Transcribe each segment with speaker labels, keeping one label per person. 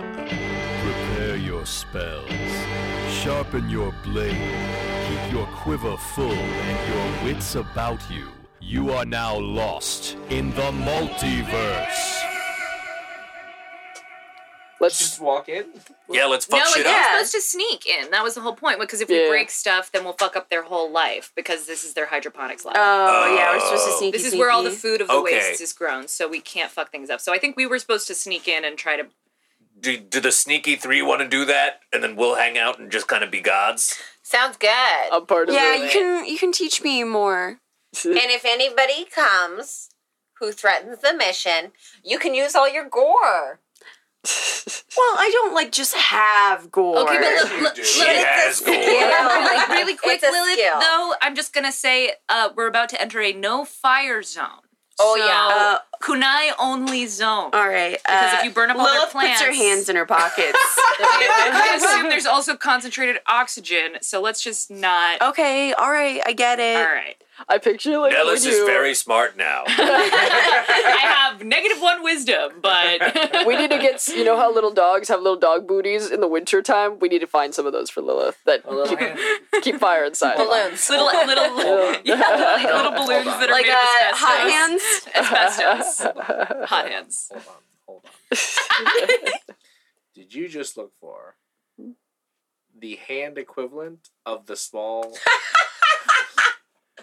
Speaker 1: Prepare your spells. Sharpen your blade. Keep your quiver full and your wits about you. You are now lost in the multiverse.
Speaker 2: Let's just walk in.
Speaker 3: Yeah, let's fuck
Speaker 4: no,
Speaker 3: shit
Speaker 4: yeah.
Speaker 3: up.
Speaker 4: supposed to sneak in. That was the whole point. Because if we
Speaker 5: Yeah.
Speaker 4: break stuff, then we'll fuck up their whole life. Because this is their hydroponics lab.
Speaker 5: Oh, yeah, we're supposed to
Speaker 3: Oh.
Speaker 5: sneaky.
Speaker 4: this is where all the
Speaker 5: sneaky.
Speaker 4: food of the
Speaker 3: Okay.
Speaker 4: wastes is grown, so we can't fuck things up. So I think we were supposed to sneak in and try to.
Speaker 3: Do, do the sneaky three want to do that, and then we'll hang out and just kind of be gods?
Speaker 6: Sounds good.
Speaker 5: I'm part of
Speaker 6: Yeah,
Speaker 5: it.
Speaker 6: you
Speaker 5: You
Speaker 6: can-
Speaker 5: can-
Speaker 7: Mm, You can teach me more.
Speaker 6: And if anybody comes who threatens the mission, you can use all your gore.
Speaker 7: Well, I don't like just have gore.
Speaker 4: Okay, but
Speaker 3: You
Speaker 4: look, look,
Speaker 3: do.
Speaker 4: look,
Speaker 3: She has gore.
Speaker 4: really, really quick,
Speaker 6: It's a
Speaker 4: Lilith.
Speaker 6: skill.
Speaker 4: Though I'm just gonna say uh, we're about to enter a no fire zone.
Speaker 6: Oh,
Speaker 4: So,
Speaker 6: yeah.
Speaker 4: kunai only zone.
Speaker 7: Uh, all right.
Speaker 4: Because
Speaker 7: uh,
Speaker 4: if you burn up all their
Speaker 7: Lilith
Speaker 4: plants,
Speaker 7: puts her hands in her pockets.
Speaker 4: I assume there's also concentrated oxygen. So let's just not.
Speaker 7: okay, all right, I get it.
Speaker 4: All right.
Speaker 5: I picture like
Speaker 3: Nellis
Speaker 5: when
Speaker 3: is
Speaker 5: you-
Speaker 3: very smart now.
Speaker 4: I have negative one wisdom, but
Speaker 5: We need to get. You know how little dogs have little dog booties in the winter time. We need to find some of those for Lilith that keep, keep fire inside.
Speaker 6: Balloons.
Speaker 4: little little yeah, like little balloons that are
Speaker 7: Like
Speaker 4: made of asbestos.
Speaker 7: uh, hot hands.
Speaker 4: Asbestos. hot hands.
Speaker 2: Hold on, hold on. Did you just look for the hand equivalent of the small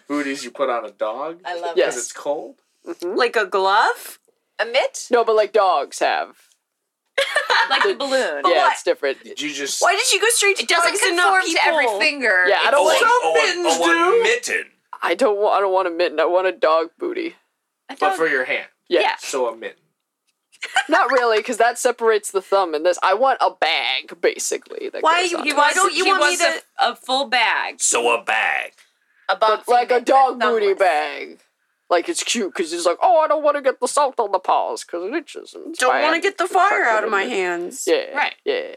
Speaker 2: booties you put on a dog?
Speaker 6: I love
Speaker 5: Yes.
Speaker 2: Because it's cold?
Speaker 4: Hmm?
Speaker 7: Like a glove?
Speaker 6: it. A mitt?
Speaker 5: No, but like dogs have.
Speaker 4: Like the balloon.
Speaker 5: yeah,
Speaker 7: what?
Speaker 5: it's different.
Speaker 2: Did you just.
Speaker 7: Why did you go straight to
Speaker 4: It doesn't
Speaker 7: dogs and not
Speaker 4: conform to every
Speaker 7: people?
Speaker 4: finger.
Speaker 5: Yeah, I don't
Speaker 3: oh,
Speaker 5: want.
Speaker 3: an- oh, an- oh, an mitten.
Speaker 5: I don't want. I don't want a mitten. I want a dog booty.
Speaker 4: I don't-
Speaker 2: But for your hand.
Speaker 5: Yeah,
Speaker 4: Yeah.
Speaker 2: So a mitten.
Speaker 5: not really, because that separates the thumb and this. I want a bag, basically. That
Speaker 7: Why
Speaker 5: goes
Speaker 7: you-
Speaker 5: on
Speaker 4: He
Speaker 5: it.
Speaker 7: Why
Speaker 4: wants,
Speaker 7: don't you
Speaker 4: he
Speaker 7: want me
Speaker 4: wants
Speaker 7: to-
Speaker 4: a, a full bag?
Speaker 3: So a bag.
Speaker 6: A box.
Speaker 5: like a
Speaker 6: Um,
Speaker 5: dog booty bag? Like it's cute because it's like, oh, I don't want to get the salt on the paws because it itches. And it's
Speaker 7: Don't
Speaker 5: bad."
Speaker 7: want to get the fire
Speaker 5: Fuck
Speaker 7: out of my
Speaker 5: it.
Speaker 7: hands.
Speaker 5: Yeah,
Speaker 4: Right.
Speaker 5: Yeah,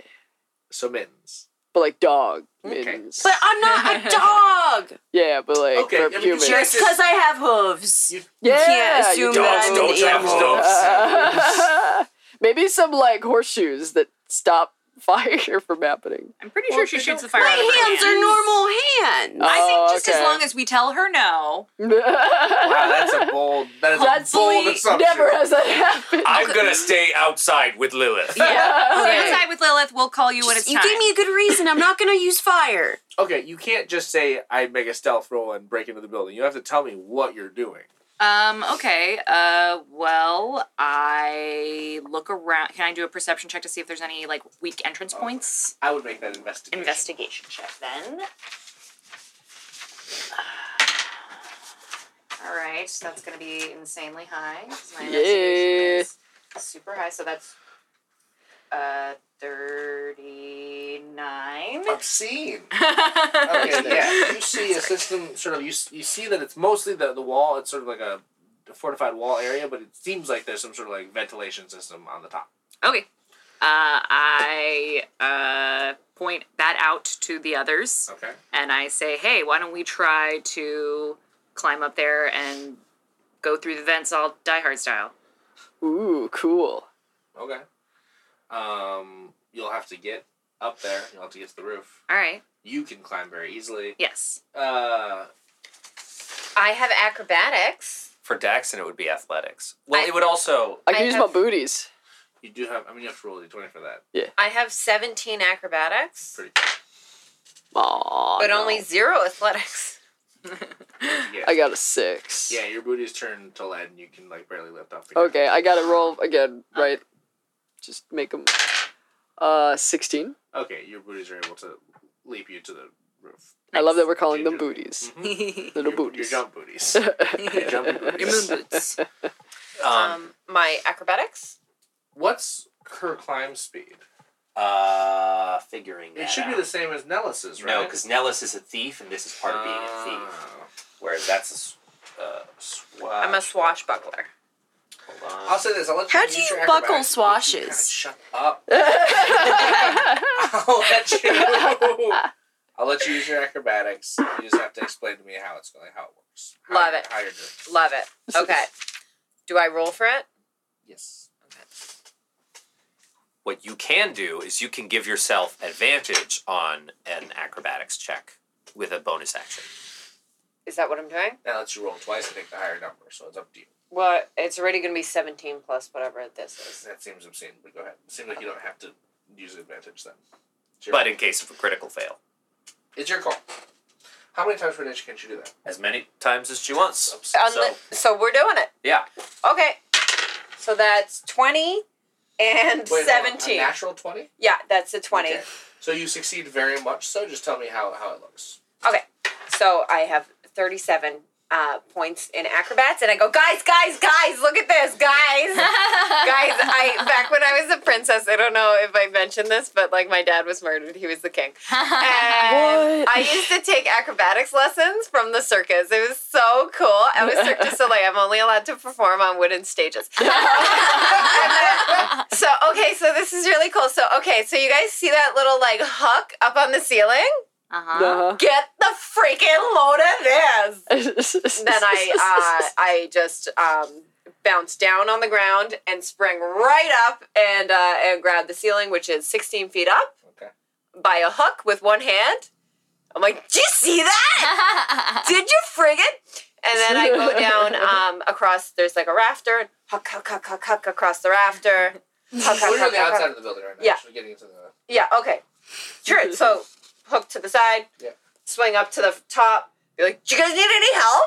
Speaker 2: So mittens.
Speaker 5: but like dog
Speaker 2: Okay.
Speaker 5: mittens.
Speaker 7: But I'm not a dog.
Speaker 5: yeah, but like
Speaker 2: Okay, I
Speaker 5: for
Speaker 2: mean,
Speaker 5: humans.
Speaker 2: sure.
Speaker 7: Just because I have hooves.
Speaker 2: You-
Speaker 7: You
Speaker 5: yeah,
Speaker 7: can't
Speaker 5: you
Speaker 7: assume
Speaker 5: don't-
Speaker 7: that I'm
Speaker 3: don't
Speaker 7: an
Speaker 3: have
Speaker 7: animal.
Speaker 3: hooves.
Speaker 5: Uh, Maybe some like horseshoes that stop fire from happening.
Speaker 4: I'm pretty
Speaker 2: Well,
Speaker 4: sure she
Speaker 2: they
Speaker 4: shoots
Speaker 2: don't-
Speaker 4: the fire
Speaker 7: My
Speaker 4: out of her
Speaker 7: hands
Speaker 4: hand.
Speaker 7: are normal hands.
Speaker 4: I think
Speaker 5: Oh,
Speaker 4: just
Speaker 5: okay.
Speaker 4: as long as we tell her no.
Speaker 2: Wow, that's a bold. That is
Speaker 5: That's
Speaker 2: a bold
Speaker 5: bleak.
Speaker 2: assumption.
Speaker 5: Never has that happened.
Speaker 3: I'm gonna stay outside with Lilith.
Speaker 4: Yeah.
Speaker 7: Okay.
Speaker 4: Stay outside with Lilith. We'll call you when it's
Speaker 7: you
Speaker 4: time.
Speaker 7: gave me a good reason. I'm not going to use fire.
Speaker 2: Okay, you can't just say I make a stealth roll and break into the building. You have to tell me what you're doing.
Speaker 4: Um, okay. Uh, well, I look around. Can I do a perception check to see if there's any, like, weak entrance points?
Speaker 2: I would make that investigation.
Speaker 4: Investigation check, then. Uh, All right, so that's going to be insanely high. 'cause My investigation
Speaker 5: Yeah.
Speaker 4: is super high, so that's uh 39.
Speaker 2: Obscene. Oh. Okay, yeah. You see a system sort of you, s- you see that it's mostly the, the wall, it's sort of like a fortified wall area, but it seems like there's some sort of like ventilation system on the top.
Speaker 4: Okay. Uh, I uh, point that out to the others
Speaker 2: Okay.
Speaker 4: and I say, hey, why don't we try to climb up there and go through the vents all Die Hard style?
Speaker 5: Ooh, cool.
Speaker 2: Okay. Um you'll have to get up there, you'll have to get to the roof.
Speaker 4: All right.
Speaker 2: You can climb very easily.
Speaker 4: Yes.
Speaker 2: Uh
Speaker 6: I have acrobatics.
Speaker 3: For Daxon, it would be athletics. Well,
Speaker 6: I-
Speaker 3: it would also.
Speaker 5: I can
Speaker 6: I
Speaker 5: use
Speaker 6: have-
Speaker 5: my booties.
Speaker 2: you do have I mean you have to roll a twenty for that.
Speaker 6: I have 17 acrobatics,
Speaker 2: Pretty
Speaker 5: Aw,
Speaker 6: but
Speaker 5: no.
Speaker 6: only zero athletics.
Speaker 2: yeah.
Speaker 5: I got a six.
Speaker 2: yeah, your booties turn to lead and you can like barely lift up. again.
Speaker 5: Okay, I got to roll again. Right. Just make them. Uh, sixteen.
Speaker 2: Okay, your booties are able to leap you to the roof.
Speaker 5: I love that we're calling them
Speaker 2: Ginger.
Speaker 5: booties.
Speaker 2: Mhm.
Speaker 4: Your
Speaker 5: Little
Speaker 2: your,
Speaker 5: booties.
Speaker 2: Your jump booties. your jumping
Speaker 4: moon
Speaker 2: booties.
Speaker 4: boots.
Speaker 3: Um,
Speaker 6: Um, my acrobatics?
Speaker 2: What's her climb speed?
Speaker 3: uh, figuring that
Speaker 2: It should be
Speaker 3: out.
Speaker 2: the same as Nellis's, right?
Speaker 3: No, because Nellis is a thief, and this is part of being a thief.
Speaker 2: Oh.
Speaker 3: Whereas that's a s-
Speaker 2: Ah.
Speaker 3: uh, swag.
Speaker 6: I'm a swashbuckler.
Speaker 3: Hold on.
Speaker 2: I'll say this. I'll let
Speaker 7: How
Speaker 2: you
Speaker 7: do
Speaker 2: use
Speaker 7: you
Speaker 2: your
Speaker 7: buckle
Speaker 2: acrobatics, but you
Speaker 7: swashes?
Speaker 2: gotta Shut up. I'll let you. I'll let you use your acrobatics. You just have to explain to me how it's going, how it works. How
Speaker 6: Love
Speaker 2: you-
Speaker 6: it.
Speaker 2: How you're doing. it.
Speaker 6: Love it. Okay. Do I roll for it?
Speaker 2: Yes.
Speaker 8: what you can do is you can give yourself advantage on an acrobatics check with a bonus action.
Speaker 6: Is that what I'm doing?
Speaker 2: That lets you roll twice and take the higher number, so it's up to you.
Speaker 6: Well, it's already going to be 17 plus whatever this is.
Speaker 2: That seems obscene, but go ahead. It seems like you don't have to use the advantage then. It's your-
Speaker 8: But in case of a critical fail,
Speaker 2: it's your call. How many times per inch can she do that?
Speaker 8: as many times as she wants.
Speaker 7: Uh,
Speaker 6: Unli-
Speaker 8: So
Speaker 6: so we're doing it.
Speaker 8: yeah,
Speaker 6: Okay. So that's 20 and
Speaker 2: Wait, hold on, a
Speaker 6: 17.
Speaker 2: natural twenty.
Speaker 6: Yeah, that's a 20.
Speaker 2: Okay. So you succeed very much. So just tell me how how it looks.
Speaker 6: Okay. So I have 37 uh, points in acrobats, and I go, guys, guys, guys, look at this, guys. guys, I back when I was a princess, I don't know if I mentioned this, but like my dad was murdered, he was the king. And
Speaker 5: What?
Speaker 6: I used to take acrobatics lessons from the circus. It was so cool. I was Cirque du Soleil. I'm only allowed to perform on wooden stages. And then- so okay, so this is really cool. So okay, so you guys see that little like hook up on the ceiling?
Speaker 4: Uh-huh.
Speaker 6: Get the freaking load of this. Then
Speaker 5: then
Speaker 6: I uh, I just um, bounced down on the ground and sprang right up and uh, and grabbed the ceiling, which is 16 feet up,
Speaker 2: Okay.
Speaker 6: by a hook with one hand. I'm like, did you see that? Did you friggin'? And then I go down um, across. There's like a rafter. Huck, huck, huck, huck, huck across the rafter. Huck, huck,
Speaker 2: We're on
Speaker 6: huck,
Speaker 2: the
Speaker 6: huck,
Speaker 2: outside
Speaker 6: huck.
Speaker 2: of the building right now.
Speaker 6: Yeah.
Speaker 2: So we're getting into the.
Speaker 6: Yeah. Okay. Sure. So hook to the side.
Speaker 2: Yeah.
Speaker 6: Swing up to the top. Be like, do you guys need any help?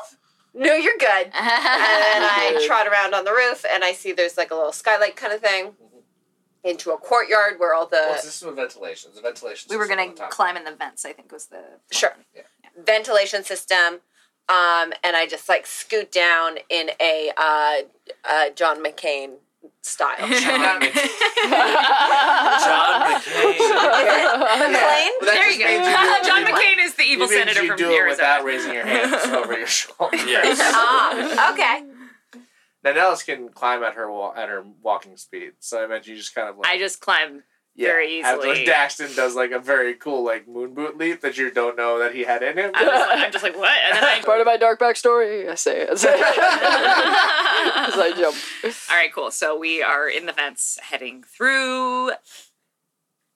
Speaker 6: No, you're good. And then I trot around on the roof and I see there's like a little skylight kind of thing
Speaker 2: Mm-hmm.
Speaker 6: into a courtyard where all
Speaker 2: Well,
Speaker 6: the
Speaker 2: it's system of ventilation. The ventilation.
Speaker 4: Uh, we were
Speaker 2: system
Speaker 4: gonna
Speaker 2: on top.
Speaker 4: climb in the vents. I think was the
Speaker 6: Sure. ventilation system. Um, and I just like scoot down in a uh, uh, John McCain style.
Speaker 2: John
Speaker 8: John McCain.
Speaker 4: uh,
Speaker 6: McCain?
Speaker 2: But that
Speaker 4: there
Speaker 2: just
Speaker 4: you
Speaker 2: means do
Speaker 4: go.
Speaker 2: it-
Speaker 4: John
Speaker 2: it
Speaker 4: McCain is the evil
Speaker 2: means you
Speaker 4: senator from
Speaker 2: do it
Speaker 4: Arizona.
Speaker 2: without raising your hands over your shoulder.
Speaker 8: Yes.
Speaker 6: Ah, okay.
Speaker 2: Now Nellis can climb at her wa- at her walking speed, so I imagine you just kind of like
Speaker 4: I just climbed.
Speaker 2: yeah,
Speaker 4: very
Speaker 2: after
Speaker 4: easily.
Speaker 2: Daxton does like a very cool like moon boot leap that you don't know that he had in him.
Speaker 4: I was like, I'm just like what? And then I.
Speaker 5: Part of my dark backstory. I say it. As I jump.
Speaker 4: All right, cool. So we are in the vents, heading through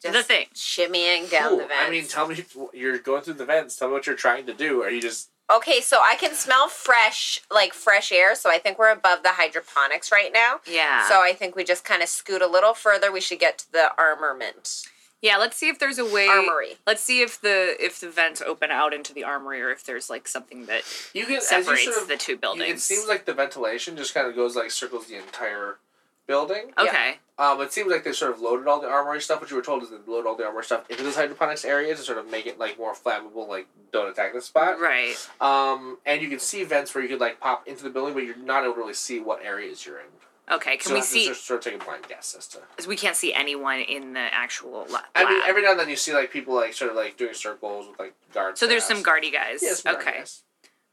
Speaker 4: to the
Speaker 6: Just
Speaker 4: thing.
Speaker 6: shimmying down the
Speaker 2: Ooh,
Speaker 6: vents.
Speaker 2: I mean, tell me you're going through the vents. Tell me what you're trying to do. Are you just
Speaker 6: Okay, so I can smell fresh, like fresh air. So I think we're above the hydroponics right now.
Speaker 4: Yeah.
Speaker 6: So I think we just kind of scoot a little further. We should get to the armament
Speaker 4: Yeah, let's see if there's a way.
Speaker 6: armory.
Speaker 4: Let's see if the if the vents open out into the armory, or if there's like something that
Speaker 2: you can as you
Speaker 4: separates
Speaker 2: sort of-
Speaker 4: the two
Speaker 2: you- It
Speaker 4: buildings.
Speaker 2: seems like the ventilation just kind of goes like circles the entire building.
Speaker 6: yeah.
Speaker 4: okay.
Speaker 2: Um, it seems like they sort of loaded all the armory stuff. What you were told is they load all the armory stuff into this hydroponics area to sort of make it like more flammable. Like don't attack this spot.
Speaker 4: Right.
Speaker 2: Um, and you can see vents where you could like pop into the building, but you're not able to really see what areas you're in.
Speaker 4: Okay. Can
Speaker 2: so
Speaker 4: we
Speaker 2: that's
Speaker 4: see?
Speaker 2: Sort of, sort of take a blind guess as to.
Speaker 4: 'cause we can't see anyone in the actual la- lab.
Speaker 2: I mean, every now and then you see like people like sort of like doing circles with like guards.
Speaker 4: so there's some
Speaker 2: masks.
Speaker 4: guardy guys.
Speaker 2: Yeah, some guard
Speaker 4: okay.
Speaker 2: masks.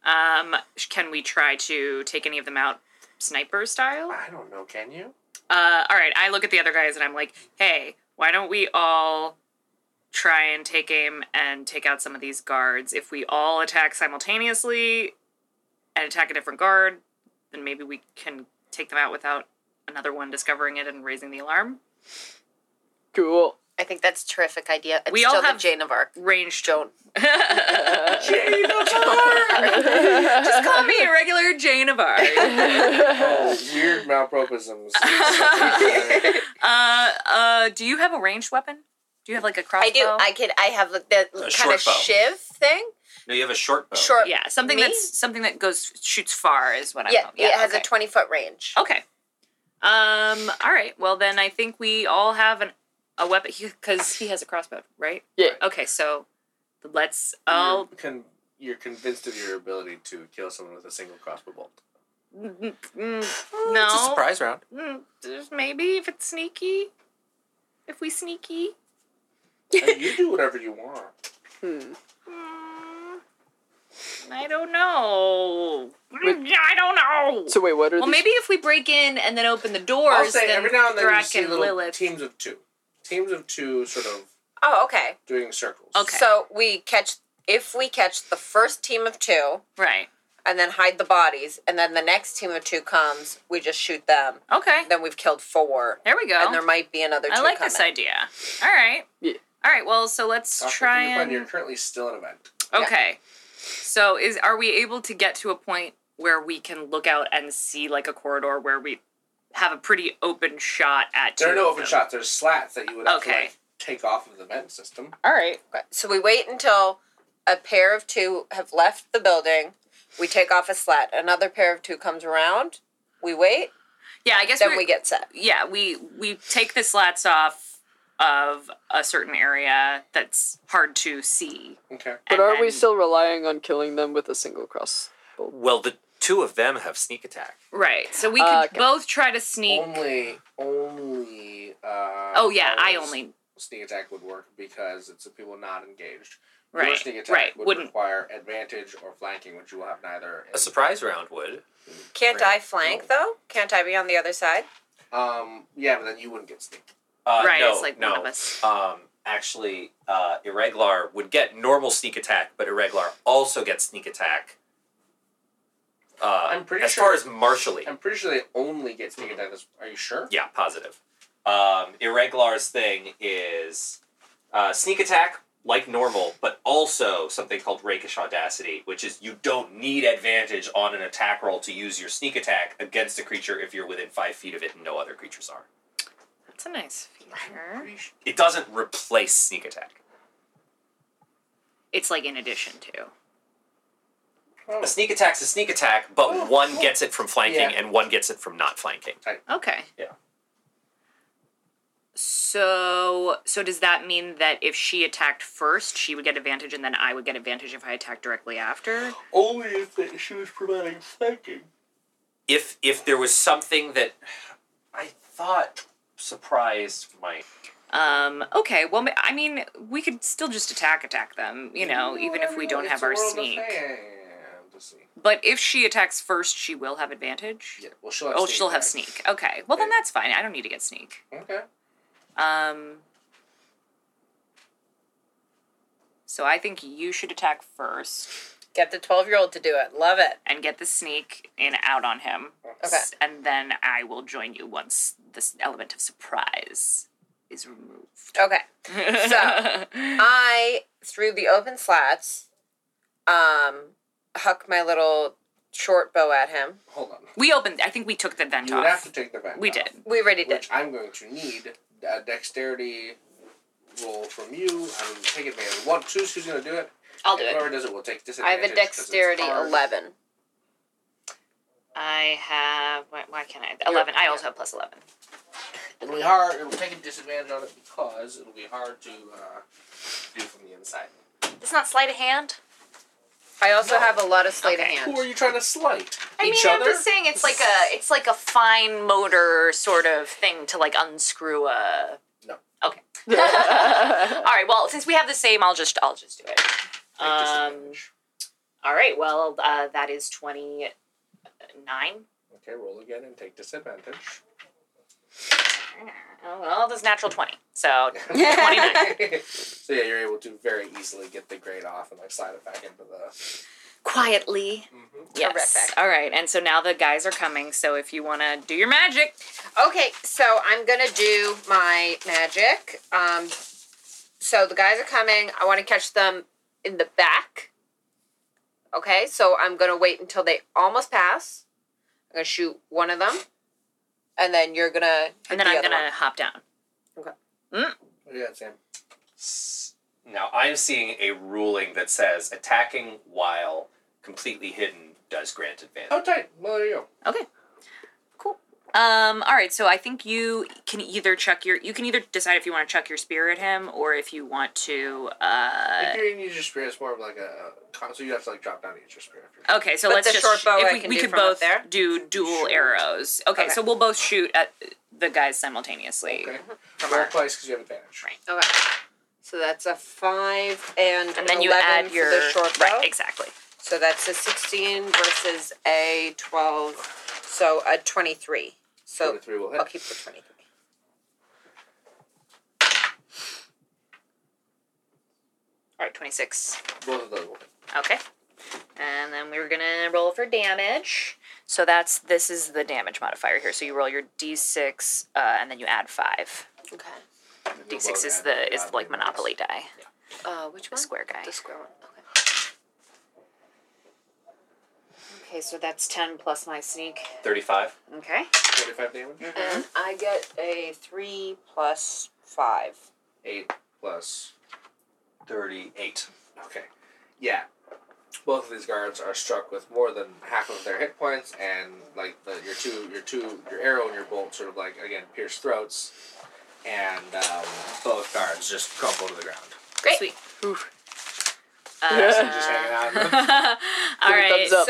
Speaker 4: Um, sh- can we try to take any of them out, sniper style?
Speaker 2: I don't know. Can you?
Speaker 4: Uh, all right. I look at the other guys and I'm like, hey, why don't we all try and take aim and take out some of these guards? If we all attack simultaneously and attack a different guard, then maybe we can take them out without another one discovering it and raising the alarm.
Speaker 5: Cool.
Speaker 6: I think that's a terrific idea. It's
Speaker 4: We all
Speaker 6: still
Speaker 4: have-
Speaker 6: the Jane of Arc.
Speaker 4: Range
Speaker 6: Joan.
Speaker 4: Just call me a regular Jane of Arc.
Speaker 2: Oh, weird malpropisms. I
Speaker 4: uh, uh, do you have a ranged weapon? Do you have like a crossbow?
Speaker 6: I do. I could. I have the, the kind
Speaker 8: short
Speaker 6: of
Speaker 8: bow.
Speaker 6: shiv thing.
Speaker 8: No, you have a short bow.
Speaker 6: Short.
Speaker 4: Yeah, something
Speaker 6: Me?
Speaker 4: that's something that goes shoots far is what I'm.
Speaker 6: Yeah, it has
Speaker 4: okay. Oh.
Speaker 6: a twenty foot range.
Speaker 4: Okay. Um. All right. Well, then I think we all have an a weapon because he has a crossbow, right?
Speaker 5: Yeah.
Speaker 4: Okay. So let's all.
Speaker 2: Con- you're convinced of your ability to kill someone with a single crossbow bolt.
Speaker 4: Mm, mm,
Speaker 8: It's a
Speaker 4: no.
Speaker 8: surprise round.
Speaker 4: Mm, just maybe if it's sneaky. If we sneaky.
Speaker 2: And you do whatever you want.
Speaker 5: Hmm.
Speaker 4: Mm, I don't know.
Speaker 5: Wait.
Speaker 4: Mm, I don't know.
Speaker 5: So wait, what are
Speaker 4: well,
Speaker 5: these?
Speaker 4: maybe if we break in and then open the doors,
Speaker 2: I'll say
Speaker 4: then
Speaker 2: every now and then you
Speaker 4: Thrak
Speaker 2: see
Speaker 4: and
Speaker 2: little
Speaker 4: Lilith.
Speaker 2: teams of two, teams of two, sort of
Speaker 6: Oh, okay.
Speaker 2: doing circles.
Speaker 4: Okay.
Speaker 6: So we catch if we catch the first team of two,
Speaker 4: Right.
Speaker 6: and then hide the bodies, and then the next team of two comes. We just shoot them.
Speaker 4: Okay.
Speaker 6: Then we've killed four,
Speaker 4: There we go.
Speaker 6: and there might be another. Two
Speaker 4: I like this
Speaker 6: coming.
Speaker 4: idea. All right.
Speaker 5: Yeah.
Speaker 4: All right. Well, so let's
Speaker 2: Talk to
Speaker 4: try
Speaker 2: your friend,
Speaker 4: and
Speaker 2: You're currently still in event.
Speaker 4: okay. So is are we able to get to a point where we can look out and see like a corridor where we have a pretty open shot at?
Speaker 2: There
Speaker 4: two
Speaker 2: are no
Speaker 4: of
Speaker 2: open
Speaker 4: them?
Speaker 2: shots. There's slats that you would have to
Speaker 4: Okay.
Speaker 2: like, take off of the vent system.
Speaker 4: All right.
Speaker 6: So we wait until a pair of two have left the building. We take off a slat. Another pair of two comes around. We wait.
Speaker 4: Yeah, I guess
Speaker 6: Then
Speaker 4: we're-
Speaker 6: we get set.
Speaker 4: yeah we we take the slats off of a certain area that's hard to see.
Speaker 2: Okay.
Speaker 5: But
Speaker 4: and
Speaker 5: are we
Speaker 4: then-
Speaker 5: still relying on killing them with a single cross?
Speaker 3: Well, the two of them have sneak attack.
Speaker 4: right? So we could
Speaker 5: Uh, okay.
Speaker 4: both try to sneak.
Speaker 2: Only, only. Uh,
Speaker 4: oh yeah, I
Speaker 2: Paul's
Speaker 4: only
Speaker 2: sneak attack would work because it's the people not engaged. Your
Speaker 4: right
Speaker 2: sneak attack
Speaker 4: right
Speaker 2: would
Speaker 4: wouldn't
Speaker 2: require advantage or flanking, which you will have neither.
Speaker 3: A surprise round would.
Speaker 6: Can't I flank though? Can't I be on the other side?
Speaker 2: Um, yeah, but then you wouldn't get sneak.
Speaker 3: Uh,
Speaker 4: right.
Speaker 3: no,
Speaker 4: it's like
Speaker 3: no.
Speaker 4: one of us.
Speaker 3: Um, actually, uh, Irregular would get normal sneak attack, but Irregular also gets sneak attack. Uh,
Speaker 2: I'm pretty
Speaker 3: as
Speaker 2: sure-
Speaker 3: far as martially,
Speaker 2: I'm pretty sure they only get sneak attack. This, are you sure?
Speaker 3: yeah, positive. Um, Irregular's thing is uh, sneak attack like normal, but also something called rakish audacity, which is you don't need advantage on an attack roll to use your sneak attack against a creature if you're within five feet of it and no other creatures are.
Speaker 4: That's a nice feature.
Speaker 2: Pretty sure.
Speaker 3: It doesn't replace sneak attack.
Speaker 4: It's like in addition to.
Speaker 2: Oh,
Speaker 3: A sneak attack's a sneak attack, but
Speaker 2: Oh,
Speaker 3: one
Speaker 2: cool.
Speaker 3: gets it from flanking
Speaker 2: Yeah.
Speaker 3: and one gets it from not flanking.
Speaker 4: Okay.
Speaker 3: Yeah.
Speaker 4: So so does that mean that if she attacked first, she would get advantage and then I would get advantage if I attacked directly after?
Speaker 2: only if that she was providing flanking.
Speaker 3: If if there was something that I thought surprised my
Speaker 4: Um okay, well ma- I mean, we could still just attack attack them, you know, even if we don't
Speaker 2: It's
Speaker 4: have
Speaker 2: the
Speaker 4: our
Speaker 2: world of
Speaker 4: sneak.
Speaker 2: fantasy.
Speaker 4: But if she attacks first, she will have advantage.
Speaker 2: Yeah, well, she'll have
Speaker 4: Oh,
Speaker 2: sneak
Speaker 4: she'll have
Speaker 2: attack.
Speaker 4: sneak. Okay. Well, then that's fine. I don't need to get sneak.
Speaker 2: Okay.
Speaker 4: Um So I think you should attack first.
Speaker 6: Get the 12 year old to do it. Love it.
Speaker 4: and get the sneak in out on him.
Speaker 6: Okay.
Speaker 4: And then I will join you once this element of surprise is removed.
Speaker 6: Okay. So- I, through the open slats, um, huck my little short bow at him.
Speaker 2: Hold on.
Speaker 4: we opened. I think we took the vent
Speaker 2: You would have
Speaker 4: off.
Speaker 2: to take the vent.
Speaker 4: We
Speaker 2: off,
Speaker 4: did.
Speaker 6: We already did.
Speaker 2: Which I'm going to need a dexterity roll from you. I'm going to take advantage. One, choose who's going to do it.
Speaker 4: I'll do it.
Speaker 2: Whoever does it will take
Speaker 6: I
Speaker 2: disadvantage.
Speaker 6: have a
Speaker 2: 'cause it's
Speaker 6: dexterity
Speaker 2: hard.
Speaker 6: 11.
Speaker 4: I have. Why, why can't I? Eleven. I also have plus eleven.
Speaker 2: It'll be hard. It'll take a disadvantage on it because it'll be hard to uh, do from the inside.
Speaker 4: It's not sleight of hand.
Speaker 6: I also have a lot of sleight
Speaker 4: Okay.
Speaker 6: of
Speaker 2: Who are
Speaker 6: hand.
Speaker 2: you trying to slight?
Speaker 4: I
Speaker 2: Each
Speaker 4: mean,
Speaker 2: other?
Speaker 4: I'm just saying it's like a it's like a fine motor sort of thing to like unscrew a.
Speaker 2: No.
Speaker 4: Okay. All right. Well, since we have the same, I'll just I'll just do it.
Speaker 2: Take
Speaker 4: Um.
Speaker 2: disadvantage.
Speaker 4: All right. Well, uh, that is twenty nine.
Speaker 2: Okay, roll again and take disadvantage.
Speaker 4: Oh, well, this natural 20. So, 29.
Speaker 2: so yeah, you're able to very easily get the grade off and like slide it back into the.
Speaker 4: quietly. Yes.
Speaker 6: Terrific.
Speaker 4: All right. And so now the guys are coming. So if you want to do your magic,
Speaker 6: Okay, so I'm going to do my magic. Um, so the guys are coming. I want to catch them in the back. Okay, so I'm going to wait until they almost pass. I'm going to shoot one of them. And then you're going to.
Speaker 4: and then I'm going to hop down.
Speaker 2: Yeah, Sam.
Speaker 3: S- Now I'm seeing a ruling that says attacking while completely hidden does grant
Speaker 2: Oh,
Speaker 3: advantage.
Speaker 2: tight. Well, there you go.
Speaker 4: Okay. Cool. Um, all right. So I think you can either chuck your, you can either decide if you want to chuck your spear at him or if you want to, uh,
Speaker 2: If you're in use your spear, it's more of like a con- so you have to like drop down and use your spear. After.
Speaker 4: Okay, so
Speaker 6: But
Speaker 4: let's
Speaker 6: the
Speaker 4: just
Speaker 6: short bow
Speaker 4: if
Speaker 6: I
Speaker 4: we,
Speaker 6: can
Speaker 4: we
Speaker 6: do
Speaker 4: could
Speaker 6: from up
Speaker 4: both
Speaker 6: there?
Speaker 4: do dual arrows. Okay,
Speaker 6: Okay.
Speaker 4: so we'll both shoot at the guys simultaneously.
Speaker 2: Okay.
Speaker 4: From
Speaker 2: Roll
Speaker 4: our-
Speaker 2: twice because you have advantage.
Speaker 4: Right.
Speaker 6: Okay. So that's a five and
Speaker 4: And then you
Speaker 6: 11
Speaker 4: add
Speaker 6: for
Speaker 4: your
Speaker 6: the short bow.
Speaker 4: right, exactly.
Speaker 6: So that's a sixteen versus a twelve. So a twenty-three. So
Speaker 2: Twenty-three will hit.
Speaker 6: I'll keep the twenty-three.
Speaker 4: All right, 26.
Speaker 2: Both of those will hit.
Speaker 4: Okay. And then we're gonna roll for damage. So that's this is the damage modifier here. So you roll your d6 uh, and then you add five.
Speaker 6: Okay.
Speaker 4: D6 is the is like Monopoly die,
Speaker 6: Uh, which
Speaker 4: the
Speaker 6: one?
Speaker 4: square guy.
Speaker 6: The square one. Okay.
Speaker 4: Okay, so that's ten plus my sneak.
Speaker 8: 35.
Speaker 4: Okay.
Speaker 2: Forty-five damage.
Speaker 6: And I get a three plus five.
Speaker 2: Eight plus.
Speaker 8: 38.
Speaker 2: Okay. Yeah. Both of these guards are struck with more than half of their hit points, and like the, your two, your two, your arrow and your bolt sort of like again pierce throats, and um, both guards just crumple to the ground.
Speaker 4: Great. Sweet.
Speaker 2: So
Speaker 4: Uh,
Speaker 2: just hanging out.
Speaker 4: all
Speaker 5: Give it
Speaker 4: right.
Speaker 5: thumbs up.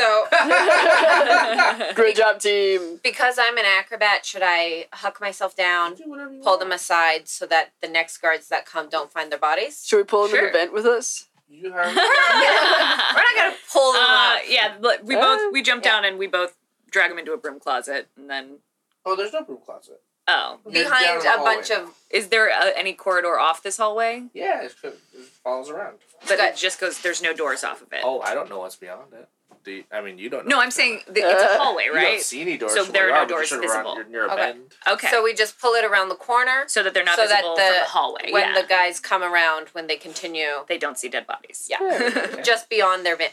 Speaker 6: So
Speaker 5: Great job, team.
Speaker 6: because I'm an acrobat, should I huck myself
Speaker 4: Um,
Speaker 6: down, pull them aside so that the next guards that come don't find their bodies?
Speaker 5: Should we pull him in
Speaker 4: Sure.
Speaker 5: the vent with us?
Speaker 2: You have
Speaker 6: We're not gonna pull them
Speaker 4: uh,
Speaker 6: out.
Speaker 4: yeah, look, we
Speaker 5: Uh,
Speaker 4: both we jump
Speaker 6: yeah.
Speaker 4: down and we both drag him into a broom closet, and then
Speaker 2: oh, there's no broom closet.
Speaker 4: oh,
Speaker 2: You're down
Speaker 6: Behind
Speaker 2: in the
Speaker 6: a bunch
Speaker 2: hallway.
Speaker 6: of
Speaker 4: is there uh any corridor off this hallway?
Speaker 2: Yeah, it, could, it follows around.
Speaker 4: But
Speaker 6: Good.
Speaker 4: it just goes. There's no doors off of it.
Speaker 2: Oh, I don't know what's beyond it. Do you, I mean you don't? know
Speaker 4: No, I'm
Speaker 2: what's beyond
Speaker 4: saying that it's
Speaker 5: Uh,
Speaker 4: a hallway,
Speaker 2: it. You
Speaker 4: right?
Speaker 2: don't see any doors.
Speaker 4: So
Speaker 2: from
Speaker 4: there
Speaker 2: where
Speaker 4: are no
Speaker 2: you but you're
Speaker 4: doors
Speaker 2: sort of around-
Speaker 4: visible.
Speaker 2: You're near a
Speaker 6: Okay.
Speaker 2: bend.
Speaker 4: Okay.
Speaker 6: so
Speaker 4: So,
Speaker 6: we just pull it around the corner
Speaker 4: that they're not
Speaker 6: so that
Speaker 4: visible
Speaker 6: the-
Speaker 4: from the hallway.
Speaker 6: when
Speaker 4: yeah.
Speaker 6: the guys come around when they continue.
Speaker 4: they don't see dead bodies.
Speaker 6: Yeah.
Speaker 2: Yeah.
Speaker 6: Just beyond their va-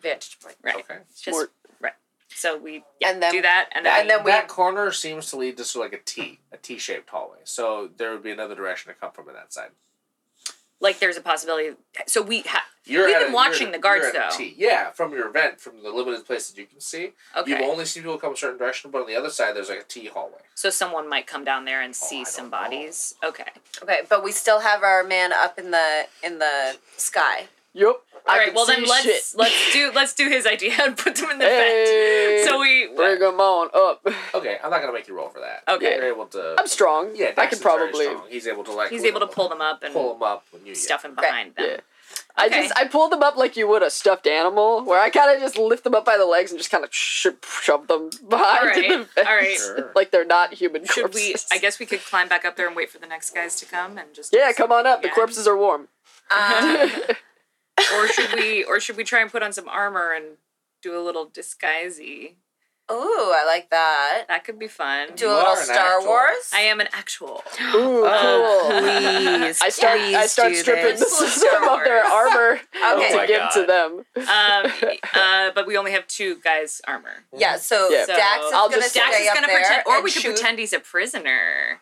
Speaker 6: vantage point.
Speaker 4: Right.
Speaker 2: Okay.
Speaker 4: Just
Speaker 5: Smart.
Speaker 4: right. So we yeah,
Speaker 6: And then-
Speaker 4: do that, and then,
Speaker 2: That,
Speaker 6: And then we-
Speaker 2: that corner seems to lead to sort of like a T, a T-shaped hallway. So there would be another direction to come from on that side.
Speaker 4: like there's a possibility. So we ha-
Speaker 2: You're
Speaker 4: We've
Speaker 2: at
Speaker 4: been
Speaker 2: a-
Speaker 4: watching
Speaker 2: you're-
Speaker 4: the guards,
Speaker 2: you're at a
Speaker 4: though.
Speaker 2: T. Yeah, from your vent, from the limited place that you can see,
Speaker 4: okay.
Speaker 2: you've only seen people come a certain direction. But on the other side, there's like a T hallway.
Speaker 4: So someone might come down there and
Speaker 2: I
Speaker 4: see
Speaker 2: don't
Speaker 4: some
Speaker 2: know.
Speaker 4: bodies. Okay.
Speaker 6: Okay, but we still have our man up in the in the sky.
Speaker 5: Yup.
Speaker 4: All right. Well, then let's
Speaker 5: Shit.
Speaker 4: let's do let's do his idea and put them in the
Speaker 5: Hey.
Speaker 4: vent. So we
Speaker 5: Bring him on up.
Speaker 2: Okay, I'm not gonna make you roll for that.
Speaker 4: Okay.
Speaker 2: You're able to.
Speaker 5: I'm strong.
Speaker 2: Yeah,
Speaker 5: I could
Speaker 2: Daxton's very
Speaker 5: probably.
Speaker 2: strong. He's able to like.
Speaker 4: he's able to pull them up and
Speaker 2: Pull him up when you
Speaker 4: stuff him
Speaker 6: Okay.
Speaker 4: behind
Speaker 5: Yeah.
Speaker 4: them.
Speaker 5: I
Speaker 4: Okay.
Speaker 5: just I pulled them up like you would a stuffed animal, where I kind of just lift them up by the legs and just kind of sh- shove them behind
Speaker 4: Alright,
Speaker 5: the fence.
Speaker 4: alright.
Speaker 2: Sure.
Speaker 5: like they're not human
Speaker 4: Should
Speaker 5: corpses.
Speaker 4: we? I guess we could climb back up there and wait for the next guys to come and just
Speaker 5: Yeah, come on up. The
Speaker 4: Yeah.
Speaker 5: corpses are warm.
Speaker 6: Um,
Speaker 4: Or should we? Or should we try and put on some armor and do a little disguisey?
Speaker 6: ooh, I like that.
Speaker 4: That could be fun.
Speaker 6: Do
Speaker 2: You
Speaker 6: a little
Speaker 2: are an
Speaker 6: Star
Speaker 2: actor.
Speaker 6: Wars.
Speaker 4: I am an actual.
Speaker 5: Ooh,
Speaker 7: Oh,
Speaker 5: cool.
Speaker 9: Please,
Speaker 5: I start
Speaker 9: please
Speaker 5: I start
Speaker 9: do
Speaker 5: stripping
Speaker 9: this.
Speaker 5: the some of their armor
Speaker 6: Okay.
Speaker 5: to
Speaker 8: my
Speaker 5: give to
Speaker 8: God.
Speaker 5: them.
Speaker 4: Um, uh, but we only have two guys' armor.
Speaker 6: yeah, so
Speaker 5: Yeah.
Speaker 6: Dax is
Speaker 4: I'll
Speaker 6: gonna
Speaker 5: just-
Speaker 6: stay
Speaker 4: Dax is
Speaker 6: up
Speaker 4: gonna
Speaker 6: there
Speaker 4: pretend, or
Speaker 6: and
Speaker 4: we could
Speaker 6: shoot.
Speaker 4: pretend he's a prisoner.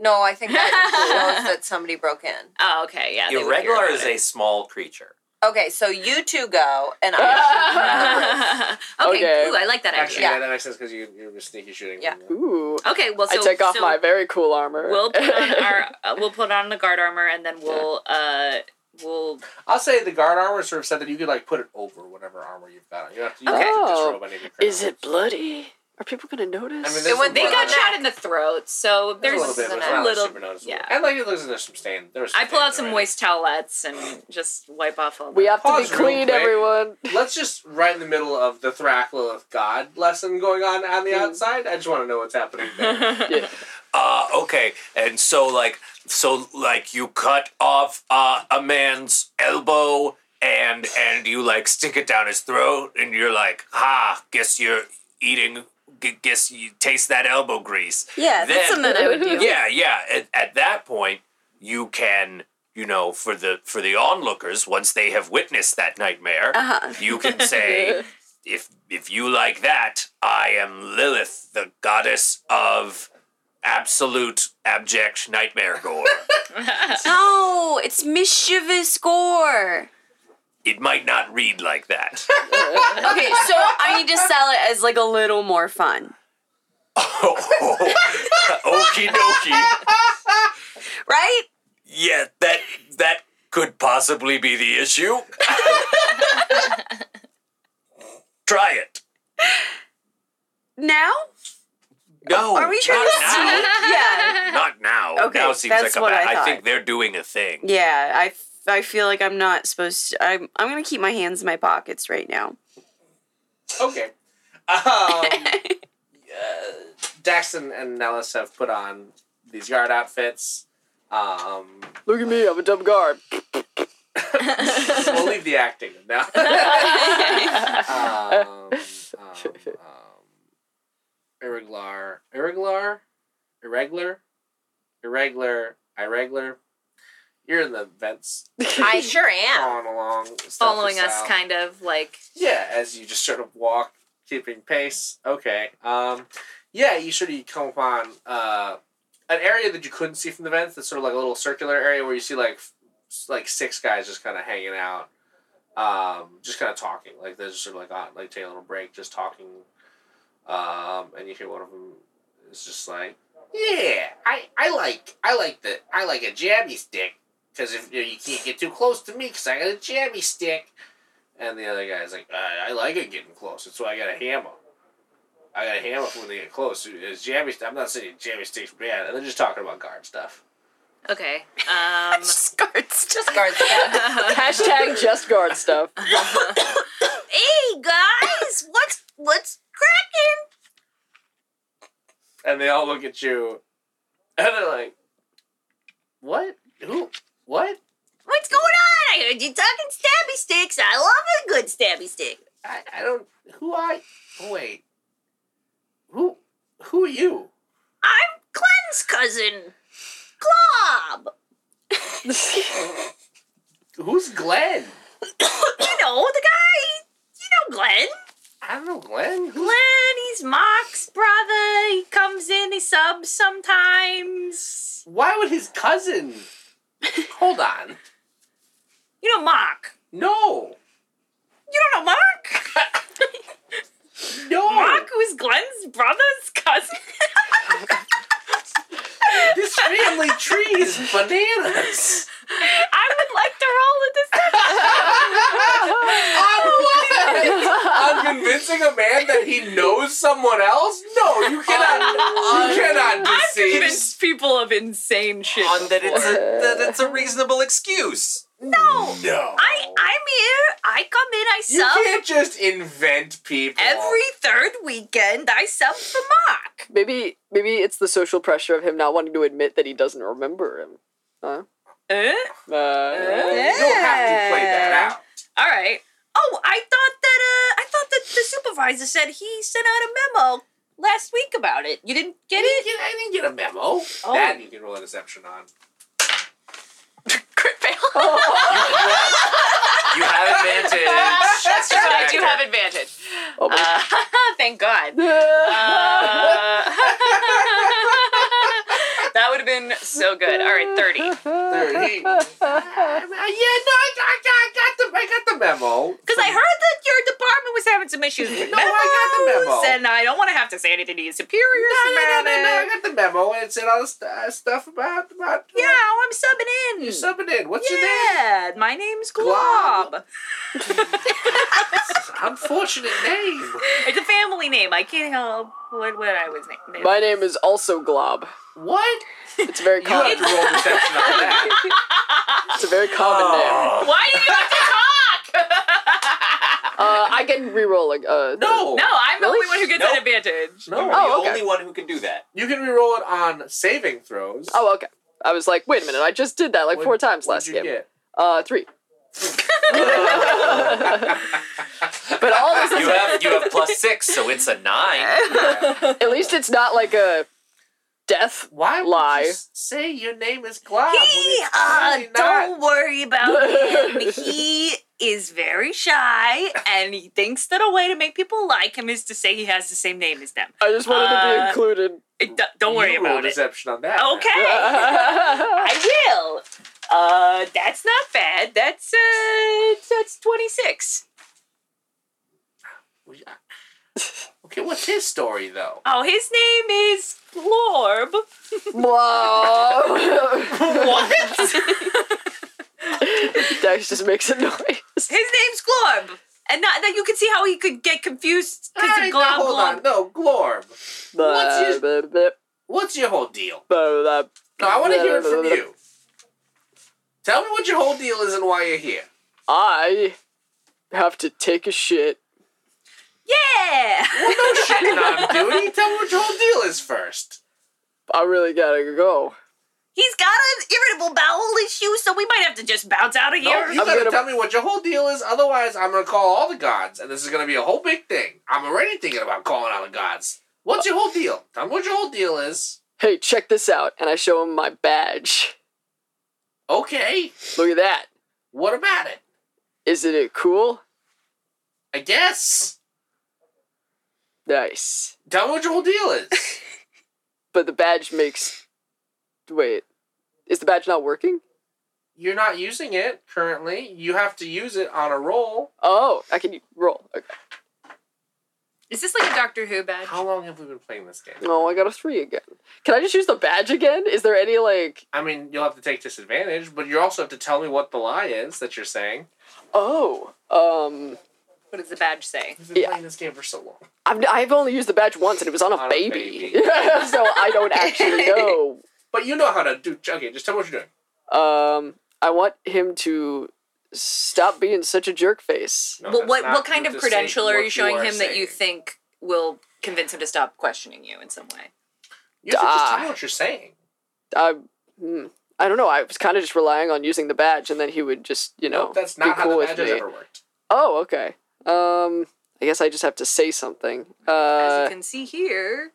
Speaker 6: No, I think that shows that somebody broke in.
Speaker 4: Oh, okay, yeah. they would hear
Speaker 8: Irregular
Speaker 4: about
Speaker 8: is
Speaker 4: it.
Speaker 8: a small creature.
Speaker 6: Okay, so you two go, and I.
Speaker 4: okay,
Speaker 5: Okay.
Speaker 4: Ooh, I like that
Speaker 2: Actually,
Speaker 4: idea.
Speaker 2: yeah.
Speaker 6: Yeah.
Speaker 2: that makes sense because you you're sneaky shooting.
Speaker 6: Yeah.
Speaker 5: Ooh.
Speaker 4: Okay, well, so
Speaker 5: I take off
Speaker 4: so
Speaker 5: my very cool armor.
Speaker 4: We'll put on our uh, we'll put on the guard armor, and then we'll uh we'll
Speaker 2: I'll say the guard armor sort of said that you could like put it over whatever armor you've got. on. You don't have to, you
Speaker 4: Okay.
Speaker 2: don't have to
Speaker 5: Oh.
Speaker 2: disrobe any of your crown.
Speaker 5: Is it bloody? Are people gonna notice?
Speaker 2: I mean,
Speaker 6: It
Speaker 2: there's
Speaker 6: went-
Speaker 4: they
Speaker 2: some
Speaker 6: Well,
Speaker 4: got
Speaker 2: blood.
Speaker 6: I'm
Speaker 4: shot in the throat, so
Speaker 2: There's
Speaker 4: there's
Speaker 2: a little bit, but
Speaker 6: an
Speaker 2: it's not
Speaker 4: little-
Speaker 2: super noticeable.
Speaker 4: yeah.
Speaker 2: And like it looks like there's some stain. There's.
Speaker 4: I pull out some moist towelettes and just wipe off all.
Speaker 5: we
Speaker 4: the-
Speaker 5: have to be
Speaker 2: Pause real
Speaker 5: clean,
Speaker 2: quick.
Speaker 5: everyone.
Speaker 2: Let's just right in the middle of the Thraklilith God lesson going on on
Speaker 4: Mm-hmm.
Speaker 2: the outside. I just want to know what's happening there.
Speaker 5: Yeah.
Speaker 3: uh, okay and so like so like you cut off uh, a man's elbow and and you like stick it down his throat and you're like ha guess you're eating gu- guess you taste that elbow grease
Speaker 9: Yeah, that's
Speaker 3: Then-
Speaker 9: something I would do.
Speaker 3: yeah yeah at, at that point you can you know for the for the onlookers once they have witnessed that nightmare
Speaker 9: Uh-huh.
Speaker 3: you can say if if you like that i am lilith the goddess of absolute abject nightmare gore
Speaker 9: No, it's mischievous gore.
Speaker 3: it might not read like that
Speaker 9: Okay, so I need to sell it as like a little more fun.
Speaker 3: okie dokie
Speaker 9: Right?
Speaker 3: yeah that that could possibly be the issue try it
Speaker 9: Now?
Speaker 3: no
Speaker 9: Are we trying
Speaker 3: not
Speaker 9: to
Speaker 3: now.
Speaker 9: see? Yeah.
Speaker 3: Not now.
Speaker 9: Okay,
Speaker 3: now seems
Speaker 9: that's
Speaker 3: like a
Speaker 9: what
Speaker 3: bad.
Speaker 9: I
Speaker 3: I,
Speaker 9: thought.
Speaker 3: think they're doing a thing.
Speaker 9: Yeah, I, f- I feel like I'm not supposed to. I'm, I'm going to keep my hands in my pockets right now.
Speaker 2: okay. Um, uh, Daxton and Nellis have put on these guard outfits. Um,
Speaker 5: Look at me, I'm a dumb guard.
Speaker 2: we'll leave the acting now. um, um, um, irregular, irregular, irregular, irregular, irregular. You're in the vents,
Speaker 6: I sure am.
Speaker 2: crawling along, stuff
Speaker 6: Following us,
Speaker 2: yourself.
Speaker 6: kind of like
Speaker 2: Yeah, as you just sort of walk, keeping pace. Okay. Um, yeah, you sort of come upon uh, an area that you couldn't see from the vents. That's sort of like a little circular area where you see like f- like six guys just kind of hanging out, um, just kind of talking. Like they're just sort of like on, like taking a little break, just talking. Um, and you hear one of them is just like, "Yeah, I, I like I like the I like a jabby stick because if you, know, you can't get too close to me because I got a jabby stick." And the other guy's like, I, I like it getting close. That's why I got a hammer. I got a hammer for when they get close. It's jammy. I'm not saying jammy sticks bad. And they're just talking about guard stuff.
Speaker 4: Okay. Um,
Speaker 9: Scarts. Just
Speaker 6: guard stuff.
Speaker 5: Hashtag just guard stuff.
Speaker 9: hey guys, what's what's cracking?
Speaker 2: And they all look at you, and they're like, "What? Who? What?
Speaker 9: What's going on? I heard you talking stabby sticks. I love a good stabby stick.
Speaker 2: I, I don't. Who I? Wait. Who? Who are you?
Speaker 9: I'm Glenn's cousin, Glob.
Speaker 2: Who's Glenn?
Speaker 9: you know the guy. You know Glenn.
Speaker 2: I don't know Glenn. Who's,
Speaker 9: Glenn, he's Mock's brother. He comes in, he subs sometimes.
Speaker 2: why would his cousin? Hold on.
Speaker 4: you know, Mock.
Speaker 2: No.
Speaker 4: You don't know Mock?
Speaker 2: No.
Speaker 4: Mock, who's Glenn's brother's cousin?
Speaker 2: This family tree is bananas.
Speaker 4: I would like to roll a deception.
Speaker 2: I'm convincing a man that he knows someone else? No, you cannot.
Speaker 4: Oh,
Speaker 2: you cannot deceive.
Speaker 4: Convince people of insane shit.
Speaker 8: on that it's a,
Speaker 5: before.
Speaker 8: that it's a reasonable excuse.
Speaker 4: No,
Speaker 2: no,
Speaker 4: I I'm here. I come in. I
Speaker 2: You
Speaker 4: sub
Speaker 2: can't just invent people.
Speaker 4: every third weekend. I sub for Mark.
Speaker 5: Maybe maybe it's the social pressure of him not wanting to admit that he doesn't remember him.
Speaker 4: Eh?
Speaker 5: Uh,
Speaker 2: You'll have to play that out.
Speaker 4: All right. Oh, I thought that uh, I thought that the supervisor said he sent out a memo last week about it. You didn't get
Speaker 2: I
Speaker 4: it?
Speaker 2: didn't get, I didn't get a memo.
Speaker 4: Oh.
Speaker 2: That you can roll a deception on.
Speaker 4: Crit fail.
Speaker 5: Oh,
Speaker 8: You have advantage. That's just an
Speaker 4: I do
Speaker 8: actor.
Speaker 4: have advantage.
Speaker 5: oh my.
Speaker 4: Uh, thank God. Uh, that would have been so good. All right, 30.
Speaker 2: Thirty. Uh, yeah, no, I, I, I got the I got the memo.
Speaker 4: Because I heard that your department was having some issues with
Speaker 2: No, I got the
Speaker 4: memos,
Speaker 2: memo.
Speaker 4: and I don't want to have to say anything to your superiors
Speaker 2: No, no, no,
Speaker 4: about
Speaker 2: no, no, I
Speaker 4: it.
Speaker 2: got the memo, and it said all the st- uh, stuff about about.
Speaker 4: Yeah, oh, I'm subbing in.
Speaker 2: you subbing in. What's your name?
Speaker 4: yeah, my name's
Speaker 2: Glob.
Speaker 4: Glob.
Speaker 2: Unfortunate name.
Speaker 4: It's a family name. I can't help what what I was named.
Speaker 5: My name is also Glob.
Speaker 2: What?
Speaker 5: It's a very
Speaker 2: You have
Speaker 5: common.
Speaker 2: to roll deception on that.
Speaker 5: It's a very common name.
Speaker 4: Why do you have to talk?
Speaker 5: Uh, I can re-roll a. Uh,
Speaker 2: No.
Speaker 4: no, I'm the
Speaker 5: Really?
Speaker 4: only one who gets
Speaker 8: Nope.
Speaker 4: an advantage.
Speaker 8: You
Speaker 2: No.
Speaker 8: are
Speaker 5: Oh,
Speaker 8: the
Speaker 5: okay.
Speaker 8: only one who can do that.
Speaker 2: You can reroll it on saving throws.
Speaker 5: Oh, okay. I was like, wait a minute. I just did that like
Speaker 2: What-
Speaker 5: four times last
Speaker 2: What'd you
Speaker 5: game.
Speaker 2: get?
Speaker 5: Uh, three. But all this is
Speaker 8: You have you have plus six, so it's a nine.
Speaker 5: at least it's not like a death.
Speaker 2: Why would
Speaker 5: Lie.
Speaker 2: you s- say your name is Glob? when
Speaker 4: He,
Speaker 2: it's
Speaker 4: uh,
Speaker 2: really not?
Speaker 4: don't worry about him. He is very shy, and he thinks that a way to make people like him is to say he has the same name as them.
Speaker 5: I just wanted to be
Speaker 4: Uh,
Speaker 5: included.
Speaker 4: It, do- don't worry
Speaker 2: you roll
Speaker 4: about it.
Speaker 2: deception on that.
Speaker 4: Okay, I will. Uh, that's not bad. That's uh, that's twenty six.
Speaker 2: Well, yeah. Okay, what's his story though?
Speaker 4: Oh, his name is Glorb.
Speaker 5: Wow.
Speaker 4: What?
Speaker 5: Dex just makes a noise.
Speaker 4: His name's Glorb. And not, that you can see how he could get confused
Speaker 2: All
Speaker 4: because
Speaker 2: right,
Speaker 4: of
Speaker 2: now,
Speaker 4: Glob
Speaker 2: hold on.
Speaker 4: Glorb.
Speaker 2: No, Glorb. What's his-
Speaker 5: Blah, blah, blah,
Speaker 2: What's your whole deal?
Speaker 5: blah, blah.
Speaker 2: No, I want to hear it from
Speaker 5: Blah, blah,
Speaker 2: you. Tell me what your whole deal is and why you're here.
Speaker 5: I have to take a shit.
Speaker 4: Yeah!
Speaker 2: No shitting on duty. Tell me what your whole deal is first.
Speaker 5: I really gotta go.
Speaker 9: He's got an irritable bowel issue, so we might have to just bounce out of
Speaker 2: No,
Speaker 9: here.
Speaker 2: you
Speaker 5: I'm
Speaker 2: gotta
Speaker 5: gonna-
Speaker 2: tell me what your whole deal is. Otherwise, I'm gonna call all the gods, and this is gonna be a whole big thing. I'm already thinking about calling all the gods. What's your whole deal? Tell me what your whole deal is.
Speaker 5: Hey, check this out. And I show him my badge.
Speaker 2: Okay,
Speaker 5: Look at that.
Speaker 2: what about it?
Speaker 5: Isn't it cool?
Speaker 2: I guess.
Speaker 5: Nice.
Speaker 2: Tell me what your whole deal is.
Speaker 5: But the badge makes. Wait. Is the badge not working?
Speaker 2: You're not using it currently. You have to use it on a roll.
Speaker 5: Oh, I can roll. Okay.
Speaker 6: Is this like a Doctor Who badge?
Speaker 2: How long have we been playing this game?
Speaker 5: Oh, I got a three again. Can I just use the badge again? Is there any like?
Speaker 2: I mean, you'll have to take disadvantage, but you also have to tell me what the lie is that you're saying.
Speaker 5: Oh, um,
Speaker 6: What does the badge say?
Speaker 2: We've been
Speaker 5: Yeah.
Speaker 2: playing this game for so long.
Speaker 5: I've I've only used the badge once, and it was on a
Speaker 2: On a
Speaker 5: baby,
Speaker 2: baby.
Speaker 5: so I don't actually know.
Speaker 2: But you know how to do. Okay, just tell me what you're doing.
Speaker 5: Um, I want him to stop being such a jerk face.
Speaker 2: No,
Speaker 6: well,
Speaker 2: that's
Speaker 6: what
Speaker 2: not-
Speaker 6: what kind
Speaker 2: you
Speaker 6: of
Speaker 2: have to say
Speaker 6: credential are
Speaker 2: what
Speaker 6: you showing
Speaker 2: are
Speaker 6: him that you
Speaker 2: saying.
Speaker 6: think will convince him to stop questioning you in some way?
Speaker 2: You have to just tell me
Speaker 5: Ah.
Speaker 2: what you're saying.
Speaker 5: I, hmm, I don't know. I was kind of just relying on using the badge, and then he would just you know
Speaker 2: Nope, that's
Speaker 5: be
Speaker 2: not
Speaker 5: cool
Speaker 2: how the
Speaker 5: with
Speaker 2: badge has
Speaker 5: me.
Speaker 2: ever worked.
Speaker 5: Oh, okay. Um, I guess I just have to say something.
Speaker 6: As
Speaker 5: Uh,
Speaker 6: you can see here,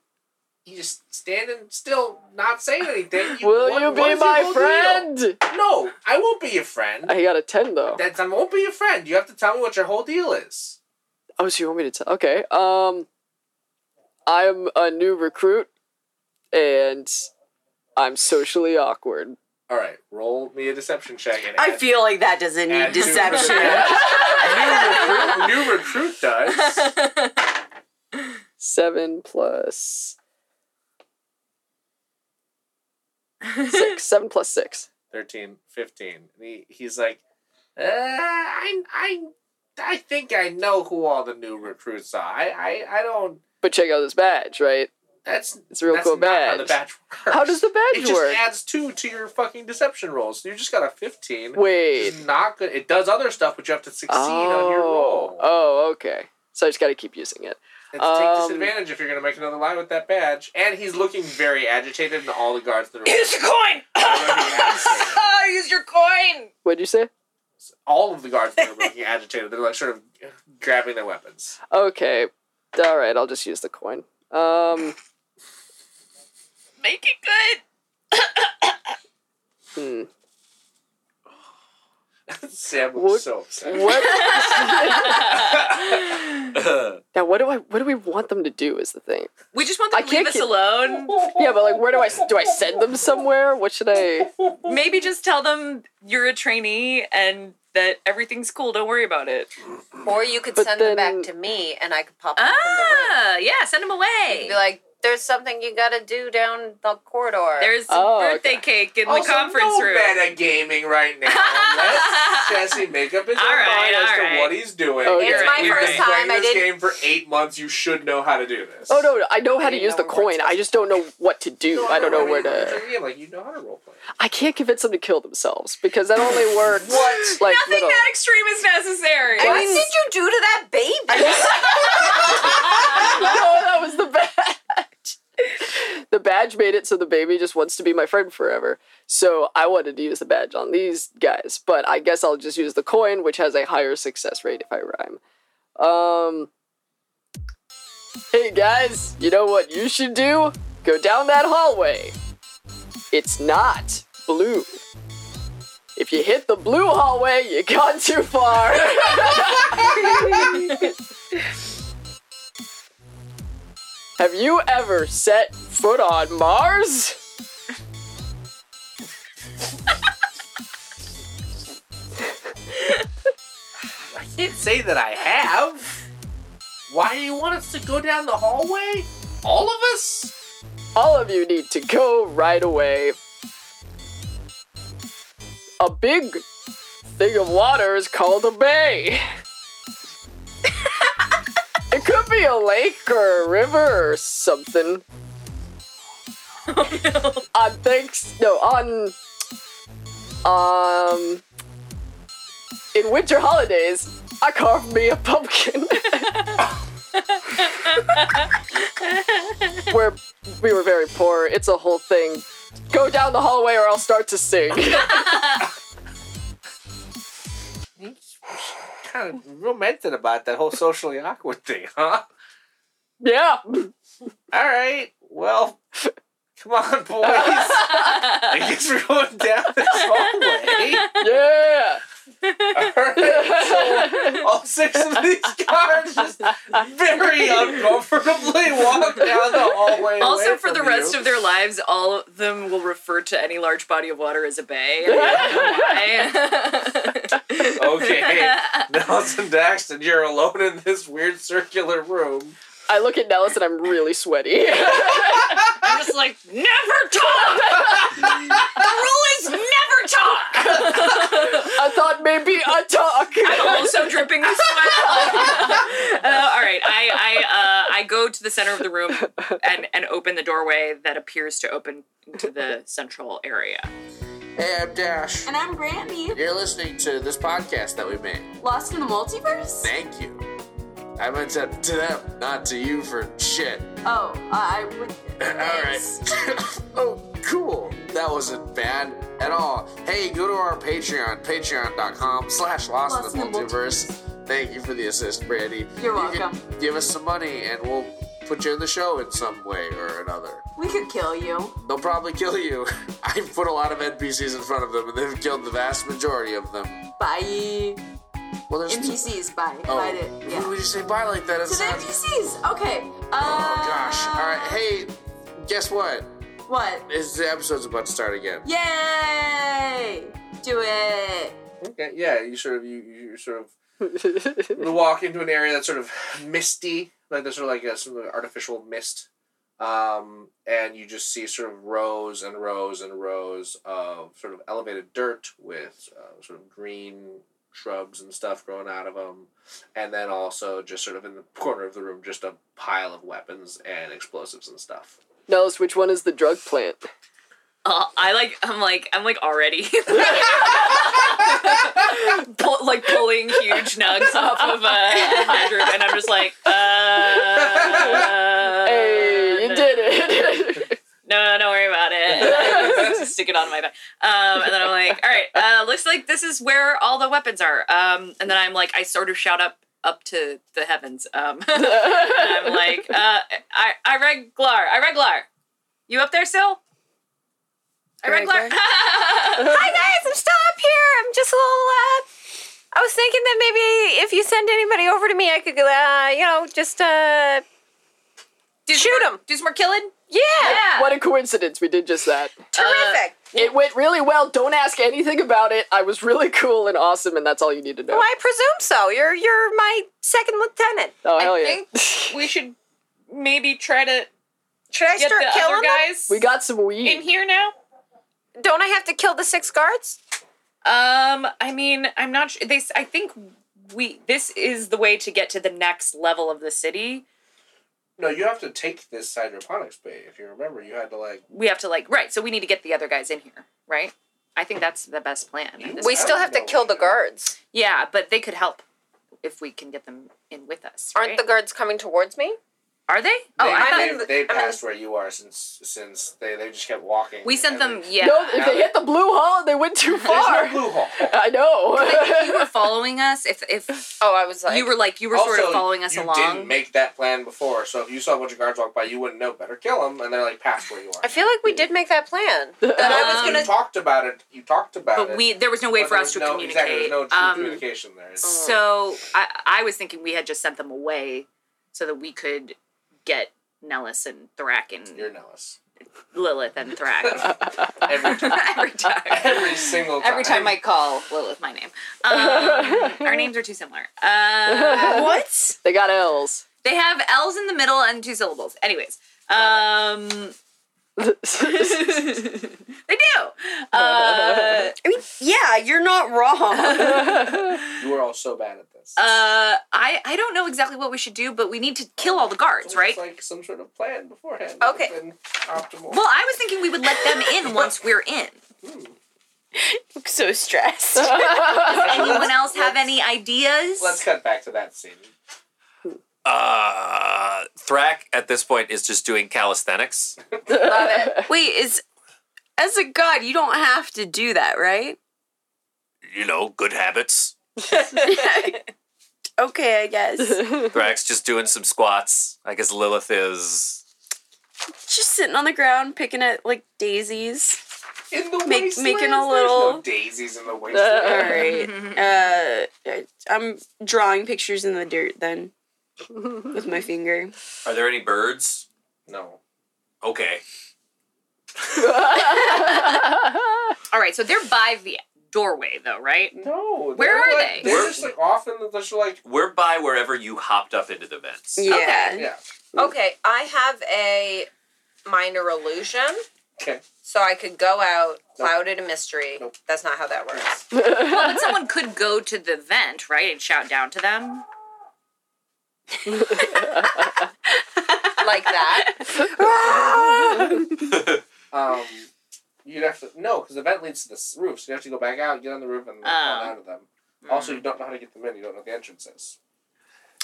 Speaker 2: You just standing still, not saying anything.
Speaker 5: will
Speaker 2: what-
Speaker 5: you
Speaker 2: what
Speaker 5: be
Speaker 2: is your
Speaker 5: my
Speaker 2: whole
Speaker 5: friend?
Speaker 2: deal? No, I won't be your friend.
Speaker 5: I got a ten though.
Speaker 2: That's I won't be your friend. You have to tell me what your whole deal is.
Speaker 5: Oh, so you want me to tell? Okay. Um, I'm a new recruit, and I'm socially awkward.
Speaker 2: All right, roll me a deception check. And
Speaker 9: I
Speaker 2: add-
Speaker 9: feel like that doesn't need
Speaker 2: add two to the
Speaker 9: deception.
Speaker 2: badge. new, recruit, new recruit does.
Speaker 5: Seven plus six. Seven plus six.
Speaker 2: 13, 15. And He, he's like, uh, I, I, I think I know who all the new recruits are. I, I, I don't.
Speaker 5: But check out this badge, right?
Speaker 2: That's
Speaker 5: It's a real
Speaker 2: that's
Speaker 5: cool
Speaker 2: not how
Speaker 5: badge.
Speaker 2: the badge works.
Speaker 5: How does the
Speaker 2: it
Speaker 5: badge
Speaker 2: just
Speaker 5: work?
Speaker 2: adds two to your fucking deception rolls. You just got a fifteen.
Speaker 5: Wait.
Speaker 2: Which is not good. It does other stuff, but you have to succeed on your roll.
Speaker 5: Oh, okay. So I just got to keep using it.
Speaker 2: It's take
Speaker 5: um,
Speaker 2: disadvantage if you're gonna make another lie with that badge. And he's looking very agitated, and all the guards that are
Speaker 9: Use your coin!
Speaker 2: are looking agitated.
Speaker 9: Use your coin!
Speaker 5: What'd you say?
Speaker 2: all of the guards that are looking agitated. They're like sort of grabbing their weapons.
Speaker 5: Okay. All right. I'll just use the coin. Um.
Speaker 9: Make it good!
Speaker 5: Hmm.
Speaker 2: Sam was
Speaker 5: What-
Speaker 2: so upset.
Speaker 5: What? now, what do I? What do we want them to do? Is the thing.
Speaker 6: we just want them
Speaker 5: I
Speaker 6: to leave
Speaker 5: can't
Speaker 6: us
Speaker 5: get-
Speaker 6: alone.
Speaker 5: Yeah, but like, where do I do I send them somewhere? What should I?
Speaker 6: Maybe just tell them you're a trainee and that everything's cool. Don't worry about it.
Speaker 10: Or you could
Speaker 5: But
Speaker 10: send them
Speaker 5: then-
Speaker 10: back to me and I could pop them from
Speaker 6: Ah, yeah, send them
Speaker 10: the ring.
Speaker 6: away.
Speaker 10: Be like, there's something you gotta do down the corridor.
Speaker 6: There's some
Speaker 5: Oh,
Speaker 6: birthday
Speaker 5: okay.
Speaker 6: cake in
Speaker 2: also,
Speaker 6: the conference
Speaker 2: no
Speaker 6: room.
Speaker 2: metagaming right now. Let Jesse make up his own
Speaker 6: All right,
Speaker 2: mind as
Speaker 6: all
Speaker 2: to
Speaker 6: right.
Speaker 2: what he's doing.
Speaker 5: Okay.
Speaker 10: it's
Speaker 5: You're
Speaker 10: my
Speaker 6: right, you're
Speaker 10: first
Speaker 6: right.
Speaker 10: time. I
Speaker 2: Playing this
Speaker 10: didn't.
Speaker 2: game for eight months. You should know how to do this.
Speaker 5: Oh no, no, I know how to
Speaker 10: didn't
Speaker 5: use
Speaker 10: know
Speaker 5: the
Speaker 10: where
Speaker 5: coin.
Speaker 10: to-
Speaker 5: I just don't know what to do. I don't know where to.
Speaker 2: Yeah, like you know how to role play.
Speaker 5: I can't convince them to kill themselves because that only works. what? Like
Speaker 6: Nothing
Speaker 5: little.
Speaker 6: that extreme is necessary.
Speaker 10: what did you do to that baby?
Speaker 5: no, that was the badge. the badge made it so the baby just wants to be my friend forever. So I wanted to use the badge on these guys, but I guess I'll just use the coin, which has a higher success rate if I rhyme. Um. Hey guys, you know what you should do? Go down that hallway. It's not blue. If you hit the blue hallway, you got too far. Have you ever set foot on Mars?
Speaker 2: I can't say that I have. Why do you want us to go down the hallway? All of us?
Speaker 5: All of you need to go right away. A big thing of water is called a bay. it could be a lake or a river or something. On thanks no on um in winter holidays I carved me a pumpkin. Where we were very poor. It's a whole thing. Go down the hallway or I'll start to sing.
Speaker 2: Kind of real mental about that whole socially awkward thing, huh?
Speaker 5: yeah.
Speaker 2: All right. Well, come on, boys. I guess we're going down this hallway.
Speaker 5: Yeah.
Speaker 2: All right. So all six of these guys just very uncomfortably walk down the hallway.
Speaker 4: Also,
Speaker 2: away
Speaker 4: for the
Speaker 2: from
Speaker 4: rest
Speaker 2: you.
Speaker 4: of their lives, all of them will refer to any large body of water as a bay. I don't know why.
Speaker 2: Okay, Nelson Daxton, you're alone in this weird circular room.
Speaker 5: I look at Nellis and I'm really sweaty.
Speaker 4: I'm just like, never talk! the rule is never talk!
Speaker 5: I thought maybe a talk.
Speaker 4: I'm also dripping with sweat. uh, all right, I I, uh, I go to the center of the room and, and open the doorway that appears to open into the central area.
Speaker 2: Hey, I'm Dash.
Speaker 11: And I'm Grammy.
Speaker 2: You're listening to this podcast that we made.
Speaker 11: Lost in the multiverse?
Speaker 2: Thank you. I meant to, to them, not to you for shit.
Speaker 11: Oh, uh, I would.
Speaker 2: All right. oh, cool. That wasn't bad at all. Hey, go to our Patreon, patreon.com slash lost in the multiverse. Thank you for the assist, Brandy.
Speaker 11: You're
Speaker 2: You can
Speaker 11: welcome.
Speaker 2: give us some money and we'll put you in the show in some way or another.
Speaker 11: We could kill you.
Speaker 2: They'll probably kill you. I've put a lot of NPCs in front of them and they've killed the vast majority of them.
Speaker 11: Bye.
Speaker 2: Well, there's...
Speaker 11: NPCs. Bye.
Speaker 2: Oh,
Speaker 11: Bye. To,
Speaker 2: who
Speaker 11: yeah.
Speaker 2: would you say bye like that? It
Speaker 11: To the
Speaker 2: sounds-
Speaker 11: NPCs. Okay. Uh,
Speaker 2: Oh, gosh. All right. Hey, guess what?
Speaker 11: What?
Speaker 2: This the episode's about to start again.
Speaker 11: Yay! Do it.
Speaker 2: Okay, yeah, you sort of you, you sort of you walk into an area that's sort of misty, like there's sort of like a sort of artificial mist, um, and you just see sort of rows and rows and rows of sort of elevated dirt with uh, sort of green shrubs and stuff growing out of them, and then also just sort of in the corner of the room, just a pile of weapons and explosives and stuff.
Speaker 5: Nellis, which one is the drug plant?
Speaker 4: Uh, I like. I'm like. I'm like already. Pull, like pulling huge nugs off of a uh, hydrant, and I'm just like, uh,
Speaker 5: hey, you did it.
Speaker 4: No, don't worry about it. Just Stick it on my back. Um, and then I'm like, all right. Uh, looks like this is where all the weapons are. Um, and then I'm like, I sort of shout up up to the heavens. Um, and I'm like, uh, I I regular, I regular. You up there still? I regular.
Speaker 6: Hi guys, I'm still up here. I'm just a little. Uh, I was thinking that maybe if you send anybody over to me, I could, uh, you know, just uh,
Speaker 4: do
Speaker 6: Shoot
Speaker 4: some more-
Speaker 6: 'em.
Speaker 4: Do some more killing.
Speaker 6: yeah, Uh,
Speaker 4: Yeah.
Speaker 5: what a coincidence. We did just that.
Speaker 6: terrific.
Speaker 5: It went really well. Don't ask anything about it. I was really cool and awesome, and that's all you need to know.
Speaker 6: well, I presume so. You're you're my second lieutenant.
Speaker 5: Oh, hell
Speaker 4: I
Speaker 5: yeah.
Speaker 4: think we should maybe try to
Speaker 6: Should I
Speaker 4: get
Speaker 6: start
Speaker 4: the
Speaker 6: killing
Speaker 4: other guys
Speaker 5: we got some
Speaker 4: in
Speaker 5: weed.
Speaker 4: here now.
Speaker 6: them? Don't I have to kill the six guards?
Speaker 4: Um, I mean, I'm not sure. They, s- I think we. This is the way to get to the next level of the city.
Speaker 2: No, you have to take this hydroponics bay. If you remember, you had to like
Speaker 4: We have to like right. So we need to get the other guys in here, right? I think that's the best plan. at this
Speaker 6: We
Speaker 4: point.
Speaker 6: still have to
Speaker 5: Oh,
Speaker 6: kill the guards.
Speaker 4: yeah, but they could help if we can get them in with us.
Speaker 6: Aren't
Speaker 4: right?
Speaker 6: the guards coming towards me?
Speaker 4: Are they? Oh,
Speaker 2: they,
Speaker 4: I thought
Speaker 2: they,
Speaker 6: thought-
Speaker 2: they
Speaker 6: I mean-
Speaker 2: passed where you are since since they, they just kept walking.
Speaker 4: we sent
Speaker 2: and
Speaker 4: them. Yeah,
Speaker 5: No, if they hit the blue hall, they went too
Speaker 2: There's no
Speaker 5: far.
Speaker 2: blue hole.
Speaker 5: I
Speaker 4: Like, you
Speaker 5: know.
Speaker 4: were following us. If if
Speaker 6: Oh, I was like,
Speaker 4: you were like you were sort
Speaker 2: Also,
Speaker 4: of following us
Speaker 2: you
Speaker 4: along.
Speaker 2: didn't make that plan before, so if you saw a bunch of guards walk by, you wouldn't know better. Kill them, and they're like past where you are.
Speaker 6: I feel like we did make that plan.
Speaker 2: But
Speaker 6: I was
Speaker 4: Um,
Speaker 2: you talked about it. You talked about
Speaker 4: but
Speaker 2: it.
Speaker 4: we there was no way
Speaker 2: but
Speaker 4: for
Speaker 2: there
Speaker 4: us to
Speaker 2: was no,
Speaker 4: communicate.
Speaker 2: Exactly, there's no true
Speaker 4: Um,
Speaker 2: communication there. It's-
Speaker 4: So I, I was thinking we had just sent them away so that we could get Nellis and Thrak and
Speaker 2: You're Nellis.
Speaker 4: Lilith and Thrak
Speaker 2: Every time.
Speaker 4: every time.
Speaker 2: Every single time.
Speaker 4: Every time I call Lilith my name. Um, our names are too similar. Uh, what?
Speaker 5: they got L's.
Speaker 4: They have L's in the middle and two syllables. Anyways. Um, they do. Uh,
Speaker 7: Yeah, you're not wrong.
Speaker 2: You are all so bad at this.
Speaker 4: uh, I, I don't know exactly what we should do, but we need to kill all the guards,
Speaker 2: It's
Speaker 4: right?
Speaker 2: like some sort of plan beforehand.
Speaker 6: Okay.
Speaker 2: It's been optimal.
Speaker 4: Well, I was thinking we would let them in once we're in.
Speaker 7: so stressed.
Speaker 4: Anyone else have any ideas?
Speaker 2: Let's cut back to that scene.
Speaker 3: Uh, Thrak at this point is just doing calisthenics.
Speaker 4: Wait, is
Speaker 7: As a god, you don't have to do that, right?
Speaker 3: You know, good habits.
Speaker 7: okay, I guess.
Speaker 3: Thrax just doing some squats. I guess Lilith is.
Speaker 7: Just sitting on the ground picking at like daisies.
Speaker 2: In the
Speaker 7: Make, making a
Speaker 2: There's no
Speaker 7: little.
Speaker 2: daisies in the
Speaker 7: Uh,
Speaker 2: wasteland.
Speaker 7: all right. Uh, I- I'm drawing pictures in the dirt then with my finger.
Speaker 3: Are there any birds?
Speaker 2: No.
Speaker 3: Okay.
Speaker 4: All right, so they're by the doorway, though, right?
Speaker 2: No.
Speaker 4: Where
Speaker 2: they're
Speaker 4: are
Speaker 2: like-
Speaker 4: they?
Speaker 2: They're just like off in the. They're just like.
Speaker 3: We're by wherever you hopped up into the vents.
Speaker 7: Yeah.
Speaker 2: Yeah.
Speaker 6: Okay, I have a minor illusion.
Speaker 2: Okay.
Speaker 6: So I could go out clouded in mystery. That's not how that works.
Speaker 4: well, but someone could go to the vent, right, and shout down to them.
Speaker 6: like that.
Speaker 2: Um, you'd have to no, because the vent leads to the s- roof, so you have to go back out, get on the roof, and then
Speaker 4: Oh.
Speaker 2: call out of them. Mm. Also, you don't know how to get them in. You don't know what the entrance is.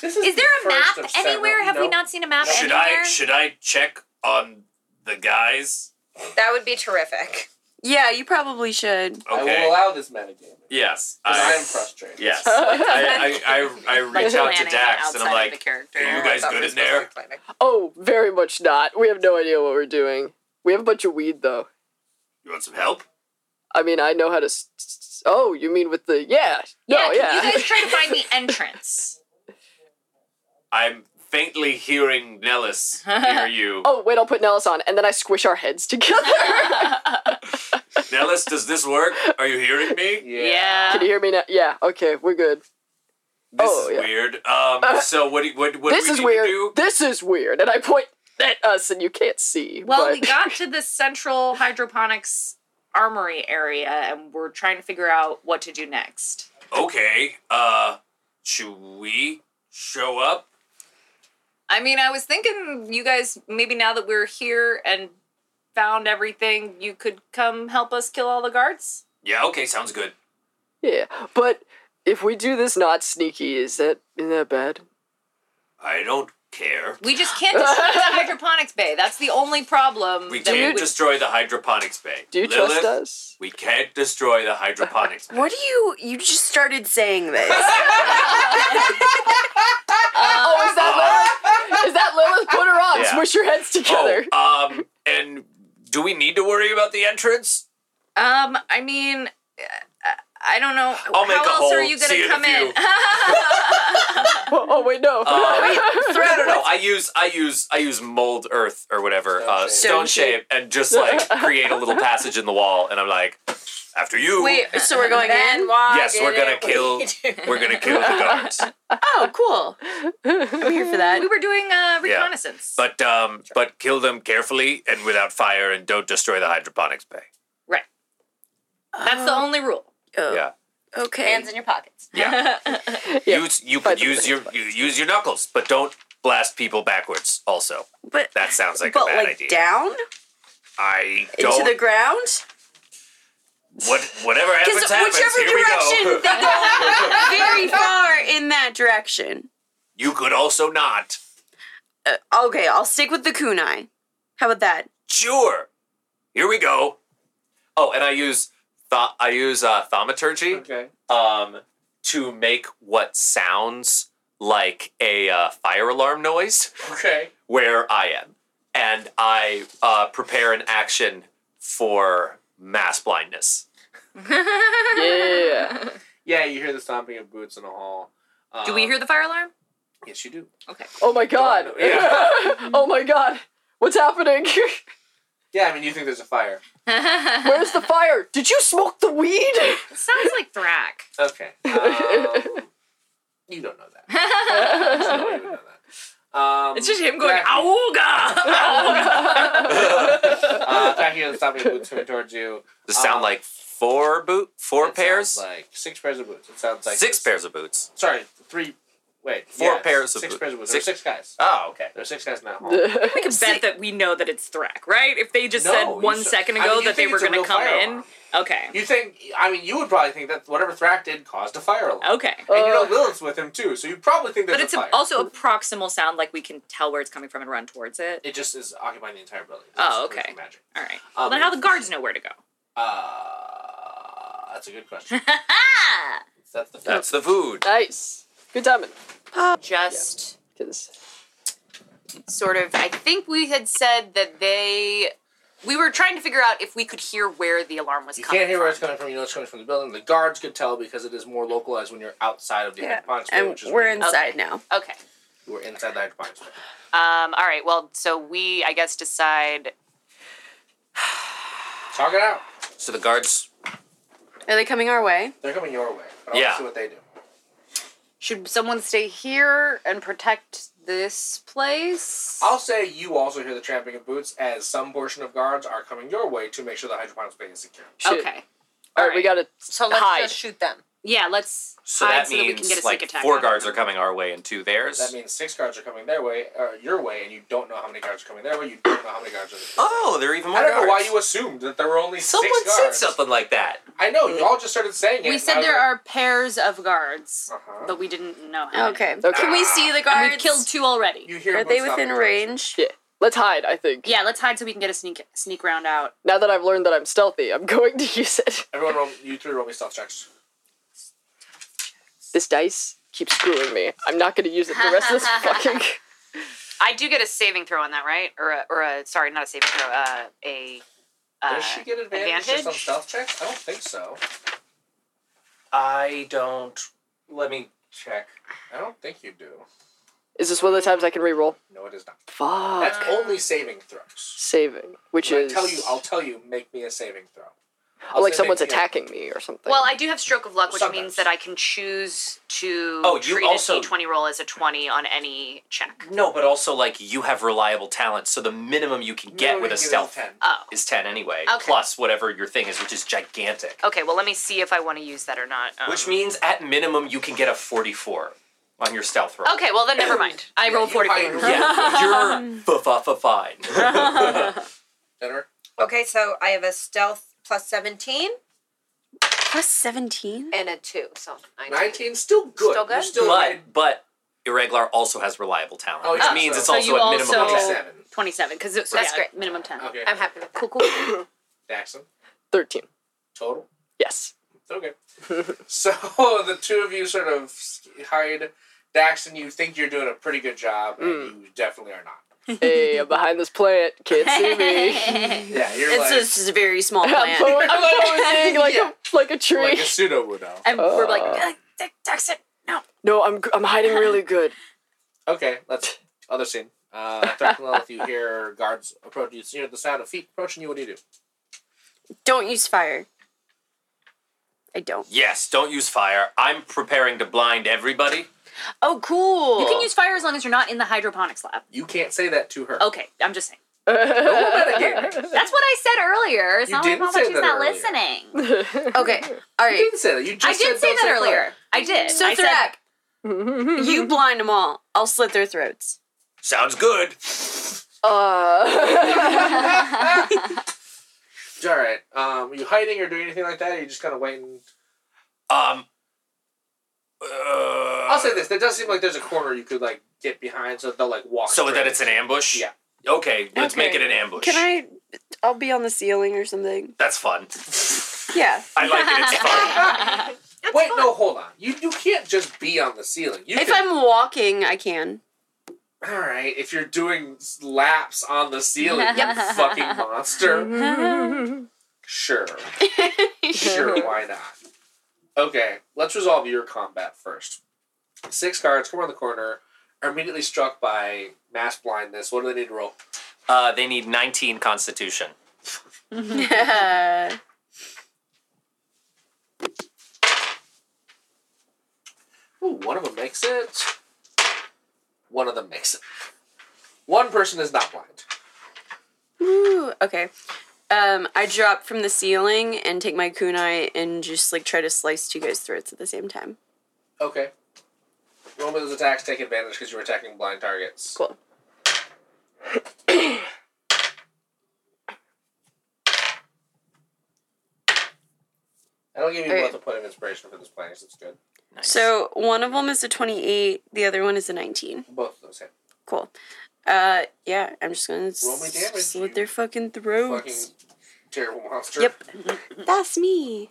Speaker 2: This is,
Speaker 4: Is there
Speaker 2: the
Speaker 4: a map
Speaker 2: first of several-
Speaker 4: anywhere? Have we
Speaker 2: No.
Speaker 4: not seen a map
Speaker 3: Should
Speaker 4: anywhere?
Speaker 3: I should I check on the guys?
Speaker 6: That would be terrific.
Speaker 7: Yeah, you probably should.
Speaker 2: I
Speaker 3: Okay.
Speaker 2: will allow this metagame.
Speaker 3: Yes.
Speaker 2: Because I am
Speaker 3: I,
Speaker 2: frustrated.
Speaker 3: yes. I, I, I, I reach out to
Speaker 4: planning it
Speaker 3: Dax and
Speaker 4: outside
Speaker 3: I'm
Speaker 4: of
Speaker 3: like,
Speaker 4: the character.
Speaker 3: are you guys good in there?
Speaker 5: Oh, very much not. We have no idea what we're doing. We have a bunch of weed though.
Speaker 3: You want some help?
Speaker 5: I mean, I know how to. S- s- oh, you mean with the yeah? No,
Speaker 3: Oh,
Speaker 4: yeah,
Speaker 5: yeah.
Speaker 4: Can you guys try to find the entrance.
Speaker 3: I'm faintly hearing Nellis near you.
Speaker 5: oh wait, I'll put Nellis on, and then I squish our heads together.
Speaker 3: Nellis, does this work? Are you hearing me?
Speaker 4: yeah.
Speaker 5: Can you hear me now? Yeah. Okay, we're good.
Speaker 3: This
Speaker 5: Oh,
Speaker 3: is
Speaker 5: yeah.
Speaker 3: weird. Um, so what? do you- What? What?
Speaker 5: this
Speaker 3: do we
Speaker 5: is
Speaker 3: need
Speaker 5: weird.
Speaker 3: To do?
Speaker 5: This is weird. And I point at us, and you can't see.
Speaker 4: Well,
Speaker 5: but-
Speaker 4: we got to the central hydroponics armory area, and we're trying to figure out what to do next.
Speaker 3: Okay. Uh, should we show up?
Speaker 4: I mean, I was thinking you guys maybe now that we're here and found everything, you could come help us kill all the guards.
Speaker 3: Yeah. Okay. Sounds good.
Speaker 5: Yeah, but if we do this not sneaky, is that isn't that bad?
Speaker 3: I don't care.
Speaker 4: We just can't destroy the hydroponics bay. That's the only problem.
Speaker 3: We
Speaker 4: that
Speaker 3: can't
Speaker 4: would-
Speaker 3: destroy the hydroponics bay.
Speaker 5: Do you
Speaker 3: Lilith,
Speaker 5: trust us?
Speaker 3: We can't destroy the hydroponics. bay.
Speaker 7: What do you? You just started saying this.
Speaker 5: oh, is that Lilith? Is that Lilith? Put her on.
Speaker 3: Yeah.
Speaker 5: Smush your heads together.
Speaker 3: Oh, um, and do we need to worry about the entrance?
Speaker 4: Um, I mean, uh, I don't know.
Speaker 3: I'll make
Speaker 4: How
Speaker 3: a
Speaker 4: else
Speaker 3: hole.
Speaker 4: are you
Speaker 3: See you
Speaker 4: gonna
Speaker 3: in a
Speaker 4: come in?
Speaker 5: Oh, oh, wait, no.
Speaker 3: Uh, no, no, no. I use I use I use mold earth or whatever uh,
Speaker 7: Stone
Speaker 3: stone shape and just like create a little passage in the wall, and I'm like, after you.
Speaker 7: Wait, so we're going
Speaker 6: Then
Speaker 7: in?
Speaker 6: why
Speaker 3: yes, we're
Speaker 6: did
Speaker 3: gonna
Speaker 6: it-
Speaker 3: kill. We're gonna kill the guards.
Speaker 7: Oh, cool. I'm here for that.
Speaker 4: we were doing uh, reconnaissance.
Speaker 3: But um, but kill them carefully and without fire, and don't destroy the hydroponics bay.
Speaker 4: Right. That's the only rule.
Speaker 7: Oh,
Speaker 3: Yeah,
Speaker 7: Okay.
Speaker 6: Hands in your pockets.
Speaker 3: yeah.
Speaker 5: Yeah,
Speaker 3: use you
Speaker 5: find
Speaker 3: could use your you, use your knuckles, but don't blast people backwards. Also,
Speaker 7: But
Speaker 3: that sounds like
Speaker 7: but
Speaker 3: a bad
Speaker 7: like
Speaker 3: idea.
Speaker 7: down
Speaker 3: I
Speaker 7: into
Speaker 3: don't.
Speaker 7: the ground.
Speaker 3: what whatever happens
Speaker 7: Because
Speaker 3: happens.
Speaker 7: whichever
Speaker 3: Here
Speaker 7: direction
Speaker 3: we go.
Speaker 7: they go, very far in that direction.
Speaker 3: You could also not.
Speaker 7: Uh, okay, I'll stick with the kunai. How about that?
Speaker 3: Sure. Here we go. Oh, and I use th- I use uh, thaumaturgy
Speaker 2: Okay.
Speaker 3: um, to make what sounds like a uh, fire alarm noise
Speaker 2: Okay.
Speaker 3: where I am, and I uh, prepare an action for mass blindness.
Speaker 5: Oh, yeah.
Speaker 2: Yeah, you hear the stomping of boots in a hall. Um,
Speaker 4: Do we hear the fire alarm?
Speaker 2: Yes, you do.
Speaker 5: Oh my god. oh my god. What's happening?
Speaker 2: Yeah, I mean, you think there's a fire.
Speaker 5: Where's the fire? Did you smoke the weed?
Speaker 4: It sounds like Thrak.
Speaker 2: Okay. Um, you don't know that. There's no way you would know that. Um,
Speaker 4: It's just him going,
Speaker 2: yeah. Uh, Thrak, you hear the stomping of boots coming towards you.
Speaker 3: Does it sound
Speaker 2: Um,
Speaker 3: like four boot four
Speaker 2: It
Speaker 3: pairs,
Speaker 2: sounds Like six pairs of boots. It sounds like
Speaker 3: six
Speaker 2: this-
Speaker 3: pairs of boots.
Speaker 2: Sorry, three Wait,
Speaker 3: Four
Speaker 2: yeah,
Speaker 3: pairs of
Speaker 2: six
Speaker 3: boots.
Speaker 2: pairs of boots. There are six guys.
Speaker 3: Oh, okay.
Speaker 2: There are six guys now.
Speaker 4: We could bet that we know that it's Thrak, right? If they just
Speaker 2: No,
Speaker 4: said
Speaker 2: you
Speaker 4: one
Speaker 2: should-
Speaker 4: second
Speaker 2: I
Speaker 4: ago
Speaker 2: mean, you
Speaker 4: that they
Speaker 2: think
Speaker 4: were
Speaker 2: it's a
Speaker 4: going to
Speaker 2: real
Speaker 4: come
Speaker 2: fire
Speaker 4: in. Okay.
Speaker 2: You think? I mean, you would probably think that whatever Thrak did caused a fire alarm.
Speaker 4: Okay.
Speaker 2: And you know Lilith's with him too, so you probably think there's
Speaker 4: Oh. But it's
Speaker 2: a
Speaker 4: a,
Speaker 2: fire.
Speaker 4: also a proximal sound, like we can tell where it's coming from and run towards it.
Speaker 2: it just is occupying the entire building. It's
Speaker 4: Oh,
Speaker 2: really
Speaker 4: okay.
Speaker 2: Magic.
Speaker 4: All right.
Speaker 2: Um,
Speaker 4: well, then how the guards know where to go?
Speaker 2: Uh, that's a good question. that's the
Speaker 3: That's the food.
Speaker 5: Nice. Good timing.
Speaker 10: Just
Speaker 5: Because
Speaker 10: sort of, I think we had said that they. We were trying to figure out if we could hear where the alarm was
Speaker 2: You
Speaker 10: coming
Speaker 2: can't hear
Speaker 10: from.
Speaker 2: where it's coming from. You know it's coming from the building. The guards could tell because it is more localized when you're outside of the
Speaker 7: Yeah.
Speaker 2: hydroponic space,
Speaker 7: And
Speaker 2: which is
Speaker 7: we're
Speaker 2: where
Speaker 7: inside now.
Speaker 10: Okay.
Speaker 2: you were inside the hydroponic space.
Speaker 10: Um, all right. Well, so we, I guess, decide.
Speaker 2: Talk it out.
Speaker 3: So the guards.
Speaker 7: Are they coming our way?
Speaker 2: They're coming your way. But I
Speaker 3: Yeah.
Speaker 2: want to see what they do.
Speaker 10: Should someone stay here and protect this place?
Speaker 2: I'll say you also hear the tramping of boots as some portion of guards are coming your way to make sure the hydroponic space is secure.
Speaker 5: Shoot.
Speaker 10: Okay.
Speaker 5: All right, we gotta
Speaker 10: So let's
Speaker 5: hide.
Speaker 10: just shoot them. Yeah, let's
Speaker 3: So
Speaker 10: hide
Speaker 3: that
Speaker 10: so that we can
Speaker 3: means
Speaker 10: get a sneak
Speaker 3: like
Speaker 10: attack.
Speaker 3: four
Speaker 10: on
Speaker 3: guards are coming our way and two theirs.
Speaker 2: That means six guards are coming their way, or your way, and you don't know how many guards are coming their way. You don't know how many guards are.
Speaker 3: oh, there are even more.
Speaker 2: I don't know why
Speaker 3: guards.
Speaker 2: you assumed that there were only
Speaker 3: Someone
Speaker 2: six
Speaker 3: said
Speaker 2: guards.
Speaker 3: something like that.
Speaker 2: I know y'all just started saying it.
Speaker 9: We
Speaker 2: and I
Speaker 9: said
Speaker 2: was
Speaker 9: there
Speaker 2: like,
Speaker 9: are pairs of guards,
Speaker 2: Uh-huh.
Speaker 9: but we didn't know how.
Speaker 7: Okay.
Speaker 5: Okay.
Speaker 9: Can we see the guards? We've killed two already.
Speaker 2: You hear
Speaker 7: Are they
Speaker 2: boots
Speaker 7: within
Speaker 2: stopping.
Speaker 7: range?
Speaker 5: Yeah. Let's hide, I think.
Speaker 9: Yeah, let's hide so we can get a sneak sneak round out.
Speaker 5: Now that I've learned that I'm stealthy, I'm going to use it.
Speaker 2: Everyone, roll, you three roll me stealth checks.
Speaker 5: This dice keeps screwing me. I'm not gonna use it the rest of this fucking
Speaker 10: I do get a saving throw on that, right? Or a, or a sorry, not a saving throw. Uh, a uh,
Speaker 2: Does she get advantage, just on
Speaker 10: advantage?
Speaker 2: stealth checks? I don't think so.
Speaker 3: I don't. Let me check.
Speaker 2: I don't think you do.
Speaker 5: Is this one of the times I can reroll?
Speaker 2: No, it is not.
Speaker 5: Fuck.
Speaker 2: That's only saving throws.
Speaker 5: saving. Which
Speaker 2: When
Speaker 5: is
Speaker 2: I tell you, I'll tell you, make me a saving throw.
Speaker 5: Oh,
Speaker 2: I'll
Speaker 5: like
Speaker 2: say
Speaker 5: someone's
Speaker 2: make me a-
Speaker 5: attacking me or something.
Speaker 10: Well, I do have stroke of luck, which
Speaker 2: Sometimes.
Speaker 10: means that I can choose to
Speaker 3: Oh, you
Speaker 10: treat
Speaker 3: also-
Speaker 10: a twenty roll as a twenty on any check.
Speaker 3: No, but also like you have reliable talent, so the minimum you can get
Speaker 2: Minimum
Speaker 3: with
Speaker 2: you
Speaker 3: a
Speaker 2: can get
Speaker 3: stealth
Speaker 2: is 10.
Speaker 10: Oh,
Speaker 3: is ten anyway,
Speaker 10: Okay.
Speaker 3: plus whatever your thing is, which is gigantic.
Speaker 10: okay. Well, let me see if I want to use that or not. Um,
Speaker 3: Which means at minimum you can get a forty-four on your stealth roll.
Speaker 10: okay. Well, then never mind.
Speaker 2: Yeah,
Speaker 10: I rolled
Speaker 2: you
Speaker 10: forty
Speaker 2: hide
Speaker 10: four.
Speaker 2: your-
Speaker 3: Yeah, you're fa fa fa fine.
Speaker 2: Dinner?
Speaker 11: Okay, so I have a stealth plus 17
Speaker 7: Plus 17?
Speaker 10: and a two, so nine.
Speaker 2: 19, still good.
Speaker 10: Still good?
Speaker 2: You're still good.
Speaker 3: but but Irregular also has reliable talent,
Speaker 2: Oh,
Speaker 3: which
Speaker 2: yeah,
Speaker 3: means
Speaker 2: so-
Speaker 3: it's
Speaker 2: So
Speaker 3: also
Speaker 9: you
Speaker 3: at minimum.
Speaker 9: also-
Speaker 3: 10.
Speaker 2: 27.
Speaker 9: Twenty-seven, because so
Speaker 10: That's
Speaker 9: yeah,
Speaker 10: great.
Speaker 9: minimum ten.
Speaker 3: Uh,
Speaker 2: Okay.
Speaker 10: I'm happy with that.
Speaker 9: Cool, cool.
Speaker 2: Daxon,
Speaker 5: thirteen.
Speaker 2: total.
Speaker 5: Yes.
Speaker 2: Okay. so the two of you sort of hide. Daxon, you think you're doing a pretty good job, and you definitely are not.
Speaker 5: hey, I'm behind this plant. Can't see me.
Speaker 2: Yeah, you're
Speaker 7: It's
Speaker 2: like,
Speaker 7: just a very small
Speaker 5: I'm,
Speaker 7: plant.
Speaker 5: po- I'm posing like a like a tree.
Speaker 2: like a pseudo widow.
Speaker 9: And we're like,
Speaker 5: Uh.
Speaker 9: "Uh, Daxon, no.
Speaker 5: no, I'm I'm hiding really good.
Speaker 2: Okay, let's other scene. Uh, Thraken Lilith, you hear guards approach you. You hear the sound of feet approaching you. What do you do?
Speaker 7: Don't use fire. I don't.
Speaker 3: Yes, don't use fire. I'm preparing to blind everybody.
Speaker 7: Oh, cool.
Speaker 9: You can use fire as long as you're not in the hydroponics lab.
Speaker 2: You can't say that to her.
Speaker 4: Oh.
Speaker 9: Okay, I'm just saying.
Speaker 2: metagaming.
Speaker 9: That's what I said earlier. It's
Speaker 2: You
Speaker 9: not like
Speaker 2: didn't
Speaker 9: how
Speaker 2: say
Speaker 9: much she's
Speaker 2: that
Speaker 9: not
Speaker 2: earlier.
Speaker 9: listening.
Speaker 7: Okay. All
Speaker 2: You
Speaker 7: right.
Speaker 2: didn't say that. You just
Speaker 9: I did
Speaker 2: said,
Speaker 9: say
Speaker 2: "Don't
Speaker 9: that
Speaker 2: fire."
Speaker 9: earlier. I did.
Speaker 7: So
Speaker 9: I said- mm-hmm.
Speaker 7: Thrak, you blind them all. I'll slit their throats.
Speaker 3: Sounds good.
Speaker 5: uh,
Speaker 2: All right. Um, are you hiding or doing anything like that? Or are you just kind of waiting?
Speaker 3: Um. uh,
Speaker 2: I'll say this: there does seem like there's a corner you could like get behind, so they'll like walk.
Speaker 3: So
Speaker 2: straight
Speaker 3: that it's an
Speaker 2: into you.
Speaker 3: ambush.
Speaker 2: Yeah.
Speaker 3: Okay, let's
Speaker 7: Okay.
Speaker 3: make it an ambush.
Speaker 7: Can I? I'll be on the ceiling or something.
Speaker 3: That's fun.
Speaker 7: Yeah.
Speaker 3: I like it. It's fun.
Speaker 2: Wait, no, hold on. You you can't just be on the ceiling. You
Speaker 7: If
Speaker 2: can,
Speaker 7: I'm walking, I can.
Speaker 2: all right, if you're doing s- laps on the ceiling, you fucking monster. sure, sure. Why not? Okay, let's resolve your combat first. Six guards come around the corner, are immediately struck by mass blindness. What do they need to roll?
Speaker 3: Uh, they need 19 Constitution.
Speaker 7: Yeah.
Speaker 2: Ooh, one of them makes it. One of them makes it. One person is not blind.
Speaker 7: Ooh, okay. Um, I drop from the ceiling and take my kunai and just like try to slice two guys' throats at the same time.
Speaker 2: Okay. Roll me those attacks, take advantage because you were attacking blind targets.
Speaker 5: Cool.
Speaker 2: That'll give you
Speaker 7: Okay.
Speaker 2: both a point of inspiration for this plan, so it's good.
Speaker 7: So one of them is a 28, the other one is a 19.
Speaker 2: Both of those hit.
Speaker 7: Cool. Uh, yeah, I'm just gonna
Speaker 2: Roll me damage,
Speaker 7: s- slit their fucking throats.
Speaker 2: Fucking terrible monster.
Speaker 7: Yep. That's me.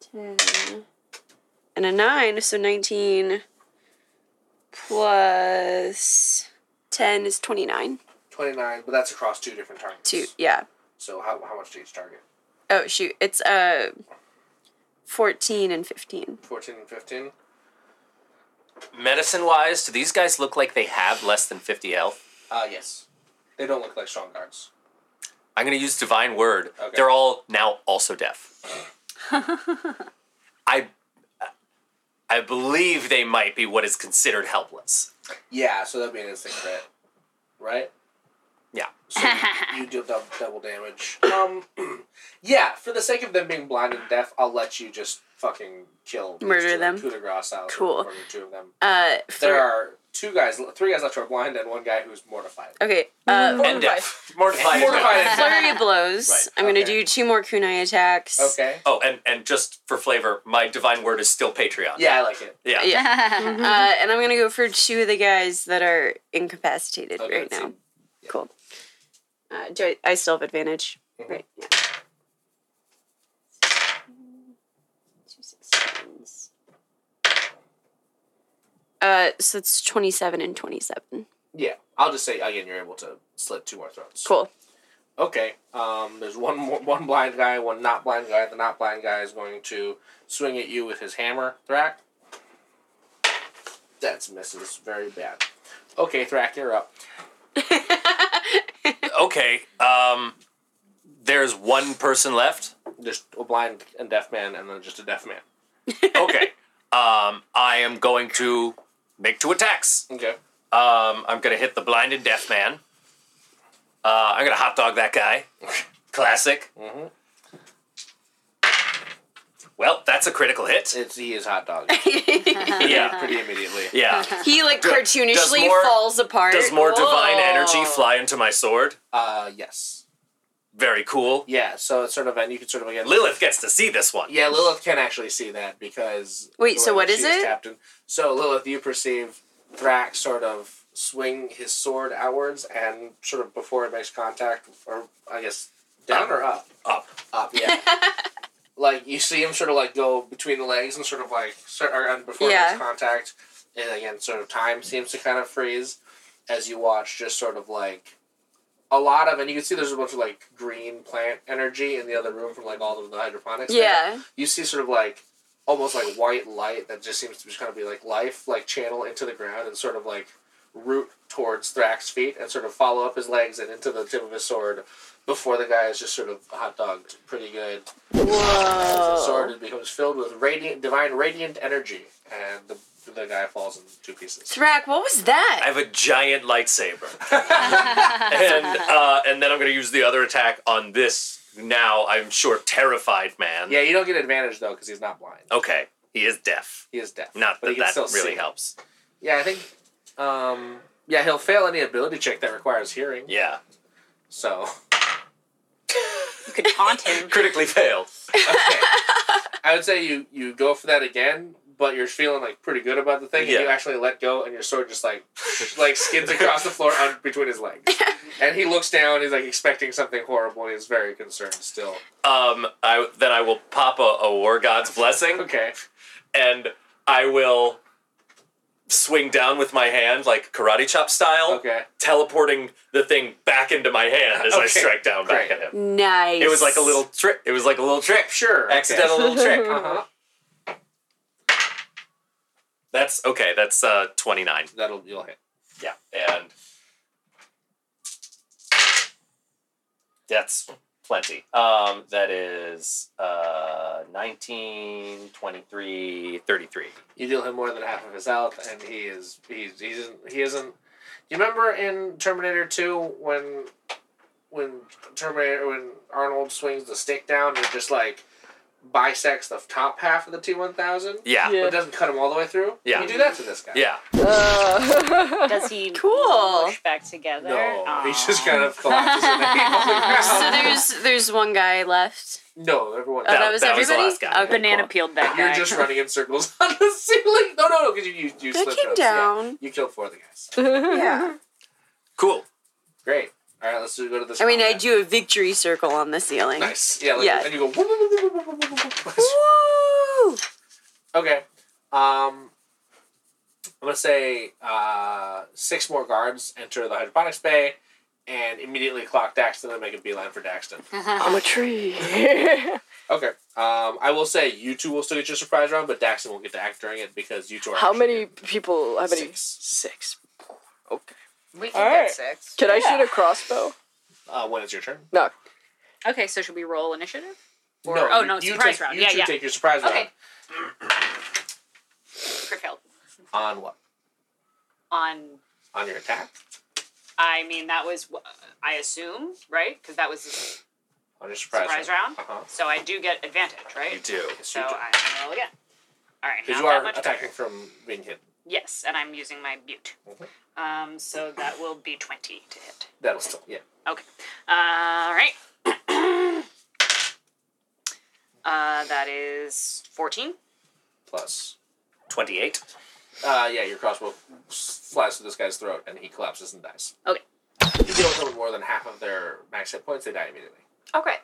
Speaker 7: Ten and a nine, so nineteen plus ten is twenty-nine.
Speaker 2: 29, but that's across two different targets.
Speaker 7: Two, yeah.
Speaker 2: So how, how much to each target?
Speaker 7: Oh shoot, it's uh fourteen and fifteen.
Speaker 2: 14 and 15?
Speaker 3: Medicine wise, do these guys look like they have less than 50 health?
Speaker 2: Uh, yes. They don't look like strong guards.
Speaker 3: I'm going to use Divine Word.
Speaker 2: Okay.
Speaker 3: They're all now also deaf. I I believe they might be what is considered helpless.
Speaker 2: Yeah, so that'd be an instant crit. Right?
Speaker 3: Yeah.
Speaker 2: So you- you deal double, double damage. Um, yeah, for the sake of them being blind and deaf, I'll let you just fucking kill. these
Speaker 7: Murder
Speaker 2: two,
Speaker 7: them.
Speaker 2: Coup de grace out.
Speaker 7: Cool.
Speaker 2: Murder two of them.
Speaker 7: Uh,
Speaker 2: There
Speaker 7: for,
Speaker 2: are two guys, three guys left who are blind and one guy who's mortified.
Speaker 7: okay. Uh,
Speaker 3: And deaf. Mortified. as well.
Speaker 2: Mortified.
Speaker 7: flurry of blows.
Speaker 3: Right,
Speaker 7: I'm gonna
Speaker 2: okay.
Speaker 7: do two more kunai attacks.
Speaker 2: Okay.
Speaker 3: Oh, and, and just for flavor, my Divine Word is still Patreon.
Speaker 2: Yeah, I like it.
Speaker 3: Yeah.
Speaker 7: Yeah. Uh, and I'm gonna go for two of the guys that are incapacitated
Speaker 2: Okay,
Speaker 7: right
Speaker 2: so-
Speaker 7: now. Cool. Uh, do I, I still have advantage?
Speaker 3: Mm-hmm.
Speaker 7: Right. Yeah. Two sixteens. Uh, so it's 27 and 27.
Speaker 2: Yeah, I'll just say again, you're able to slit two more throats.
Speaker 7: Cool.
Speaker 2: Okay. Um, there's one more, one blind guy, one not blind guy. The not blind guy is going to swing at you with his hammer, Thrak. That's misses very bad. Okay, Thrak, you're up.
Speaker 3: Okay. Um, there's one person left.
Speaker 2: Just a blind and deaf man, and then just a deaf man.
Speaker 3: Okay. um, I am going to make two attacks.
Speaker 2: Okay.
Speaker 3: Um, I'm gonna hit the blind and deaf man. Uh, I'm gonna hot dog that guy. Classic.
Speaker 2: Mhm.
Speaker 3: Well, that's a critical hit.
Speaker 2: It's he is hot dog.
Speaker 3: yeah,
Speaker 2: pretty immediately.
Speaker 3: yeah.
Speaker 7: He like
Speaker 3: Does-
Speaker 7: cartoonishly
Speaker 3: does more-
Speaker 7: falls apart.
Speaker 3: Does more divine
Speaker 7: Whoa.
Speaker 3: energy fly into my sword?
Speaker 2: Uh, yes.
Speaker 3: Very cool.
Speaker 2: Yeah. So it's sort of, and you can sort of again.
Speaker 3: Lilith gets to see this one.
Speaker 2: Yeah, Lilith can actually see that because.
Speaker 7: Wait, so
Speaker 2: whoever
Speaker 7: what is
Speaker 2: she
Speaker 7: it?
Speaker 2: Captain. So Lilith, you perceive Thrax sort of swing his sword outwards and sort of before it makes contact, or I guess down or up,
Speaker 3: Up.
Speaker 2: up, yeah. like you see him sort of like go between the legs and sort of like sort or, and before it
Speaker 7: Yeah.
Speaker 2: makes contact, and again, sort of time seems to kind of freeze as you watch, just sort of like. A lot of, and you can see there's a bunch of like green plant energy in the other room from like all of the hydroponics. there
Speaker 7: Yeah.
Speaker 2: you see sort of like almost like white light that just seems to just kind of be like life like channel into the ground and sort of like root towards Thrax's feet and sort of follow up his legs and into the tip of his sword before the guy is just sort of hot dogged pretty good. Whoa.
Speaker 3: Oh.
Speaker 2: The sword becomes filled with radiant divine radiant energy and the the guy falls in two pieces.
Speaker 7: Thrak, what was
Speaker 3: I
Speaker 7: that?
Speaker 3: have a giant lightsaber. and uh, and then I'm gonna use the other attack on this now, I'm sure, terrified man.
Speaker 2: Yeah, you don't get advantage though because he's not blind.
Speaker 3: Okay. He is deaf.
Speaker 2: He is deaf.
Speaker 3: Not
Speaker 2: but he
Speaker 3: that
Speaker 2: can
Speaker 3: that
Speaker 2: still
Speaker 3: really
Speaker 2: see.
Speaker 3: helps.
Speaker 2: Yeah, I think. Um, yeah, he'll fail any ability check that requires hearing.
Speaker 3: Yeah.
Speaker 2: So.
Speaker 10: You could taunt him.
Speaker 3: Critically failed.
Speaker 2: Okay. I would say you you go for that again, but you're feeling like pretty good about the thing,
Speaker 3: Yeah.
Speaker 2: and you actually let go, and your sword just like like skids across the floor on, between his legs, and he looks down. He's like expecting something horrible. and He's very concerned still.
Speaker 3: Um, I then I will pop a, a war god's blessing,
Speaker 2: Okay,
Speaker 3: and I will swing down with my hand like karate chop style,
Speaker 2: okay,
Speaker 3: teleporting the thing back into my hand as I
Speaker 2: Okay,
Speaker 3: strike down back
Speaker 2: great.
Speaker 3: at him.
Speaker 7: nice.
Speaker 3: It was like a little trick. It was like a little trick.
Speaker 2: sure. okay.
Speaker 3: Accidental little trick.
Speaker 2: Uh-huh.
Speaker 3: That's okay. That's uh, twenty nine.
Speaker 2: That'll you'll hit.
Speaker 3: Yeah, and that's plenty. Um, that is uh, 19, 23, 33.
Speaker 2: You deal him more than half of his health, and he is he's he isn't he isn't. You remember in Terminator Two when when Terminator when Arnold swings the stick down and it just like bisects the top half of the T one thousand.
Speaker 12: Yeah.
Speaker 2: But it doesn't cut him all the way through.
Speaker 12: Yeah.
Speaker 2: Can you do that to this guy?
Speaker 12: Yeah.
Speaker 4: Does he
Speaker 7: Cool.
Speaker 4: push back together?
Speaker 2: No, he's just kind of collapses. in the ground.
Speaker 7: so there's there's one guy left.
Speaker 2: no everyone.
Speaker 7: Oh, that, was everybody. Okay,
Speaker 4: Banana
Speaker 7: cool.
Speaker 4: peeled that
Speaker 2: You're
Speaker 4: guy.
Speaker 2: just running in circles on the ceiling. No, no, no, because you you, you
Speaker 7: They
Speaker 2: slipped
Speaker 7: came
Speaker 2: those, yeah.
Speaker 7: down.
Speaker 2: You killed four of the guys.
Speaker 7: yeah.
Speaker 12: Cool.
Speaker 2: Great. All right, let's do go to this.
Speaker 7: I mean,
Speaker 2: one.
Speaker 7: I do a victory circle on the ceiling.
Speaker 2: nice. Yeah. Like,
Speaker 7: yeah.
Speaker 2: And you go. Woo, woo, woo, woo, woo, woo, woo, woo, woo. Okay. Um, I'm gonna say uh, six more guards enter the hydroponics bay and immediately clock Daxton and make a beeline for Daxton.
Speaker 5: I'm a tree.
Speaker 2: Okay. Um, I will say you two will still get your surprise round, but Daxton won't get to act during it because you two are.
Speaker 5: how many people? How many?
Speaker 2: Six.
Speaker 5: Six.
Speaker 13: We
Speaker 5: All right. Can I shoot a crossbow?
Speaker 2: Uh, when it's your turn.
Speaker 5: No.
Speaker 4: Okay, so should we roll initiative?
Speaker 2: No,
Speaker 4: Or- oh
Speaker 2: you-
Speaker 4: no,
Speaker 2: you
Speaker 4: surprise
Speaker 2: take-
Speaker 4: round.
Speaker 2: You
Speaker 4: yeah,
Speaker 2: two
Speaker 4: yeah.
Speaker 2: take your surprise round
Speaker 4: Okay. Crit failed.
Speaker 2: on what?
Speaker 4: On,
Speaker 2: On your attack.
Speaker 4: I mean, that was, wh- I assume, right? Because that was the
Speaker 2: On your surprise,
Speaker 4: surprise, round.
Speaker 2: Uh-huh.
Speaker 4: So I do get advantage, right?
Speaker 12: You do.
Speaker 4: So I roll again. All right,
Speaker 2: Because
Speaker 4: now
Speaker 2: you
Speaker 4: that
Speaker 2: are
Speaker 4: much
Speaker 2: attacking
Speaker 4: better.
Speaker 2: from being hit.
Speaker 4: Yes, and I'm using my butte.
Speaker 2: Mhm.
Speaker 4: Um, so that will be 20 to hit.
Speaker 2: That'll still, yeah.
Speaker 4: Okay. All right. uh, that is 14.
Speaker 2: Plus.
Speaker 3: 28.
Speaker 2: Uh, yeah, your crossbow flies through this guy's throat and he collapses and dies.
Speaker 4: Okay.
Speaker 2: If you deal with someone more than half of their max hit points, they die immediately.
Speaker 6: Okay.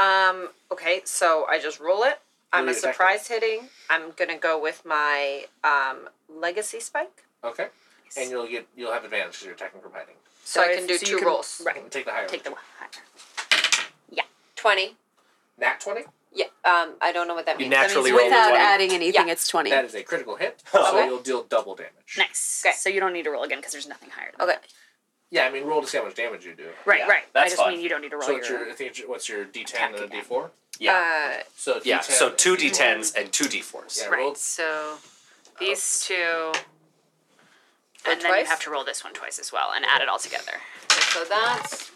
Speaker 6: Um, okay, so I just roll it. I'm
Speaker 2: Roll
Speaker 6: a
Speaker 2: your attack.
Speaker 6: surprise hitting. I'm gonna go with my um, legacy spike.
Speaker 2: Okay. And you'll get you'll have advantage because you're attacking from hiding.
Speaker 6: So, I can do two rolls.
Speaker 2: Right. Take the higher.
Speaker 4: Take the one.
Speaker 6: Twenty.
Speaker 2: Nat twenty.
Speaker 6: Yeah. Um, I don't know what that
Speaker 12: You
Speaker 6: means.
Speaker 12: naturally
Speaker 6: that means
Speaker 12: rolled a
Speaker 6: without
Speaker 12: 20.
Speaker 6: adding.
Speaker 7: Adding anything, it's twenty.
Speaker 2: That is a critical hit, so
Speaker 6: Okay.
Speaker 2: you'll deal double damage.
Speaker 4: Nice. So you don't need to roll again because there's nothing higher. Than
Speaker 6: Okay.
Speaker 2: Yeah, I mean roll to see how much damage you do.
Speaker 4: Right, right. I
Speaker 3: that's
Speaker 4: just
Speaker 3: fine.
Speaker 4: mean you don't need to roll
Speaker 2: So
Speaker 4: your.
Speaker 2: what's your, I think it's- what's your D10 and a D4?
Speaker 4: Uh,
Speaker 6: Yeah.
Speaker 2: So D10,
Speaker 3: Yeah, so two d10s and two d4s.
Speaker 2: Yeah,
Speaker 4: right.
Speaker 2: roll Uh,
Speaker 4: So these two.
Speaker 6: Or
Speaker 4: and then you
Speaker 6: twice?
Speaker 4: have to roll this one twice as well and add it all together.
Speaker 6: So that's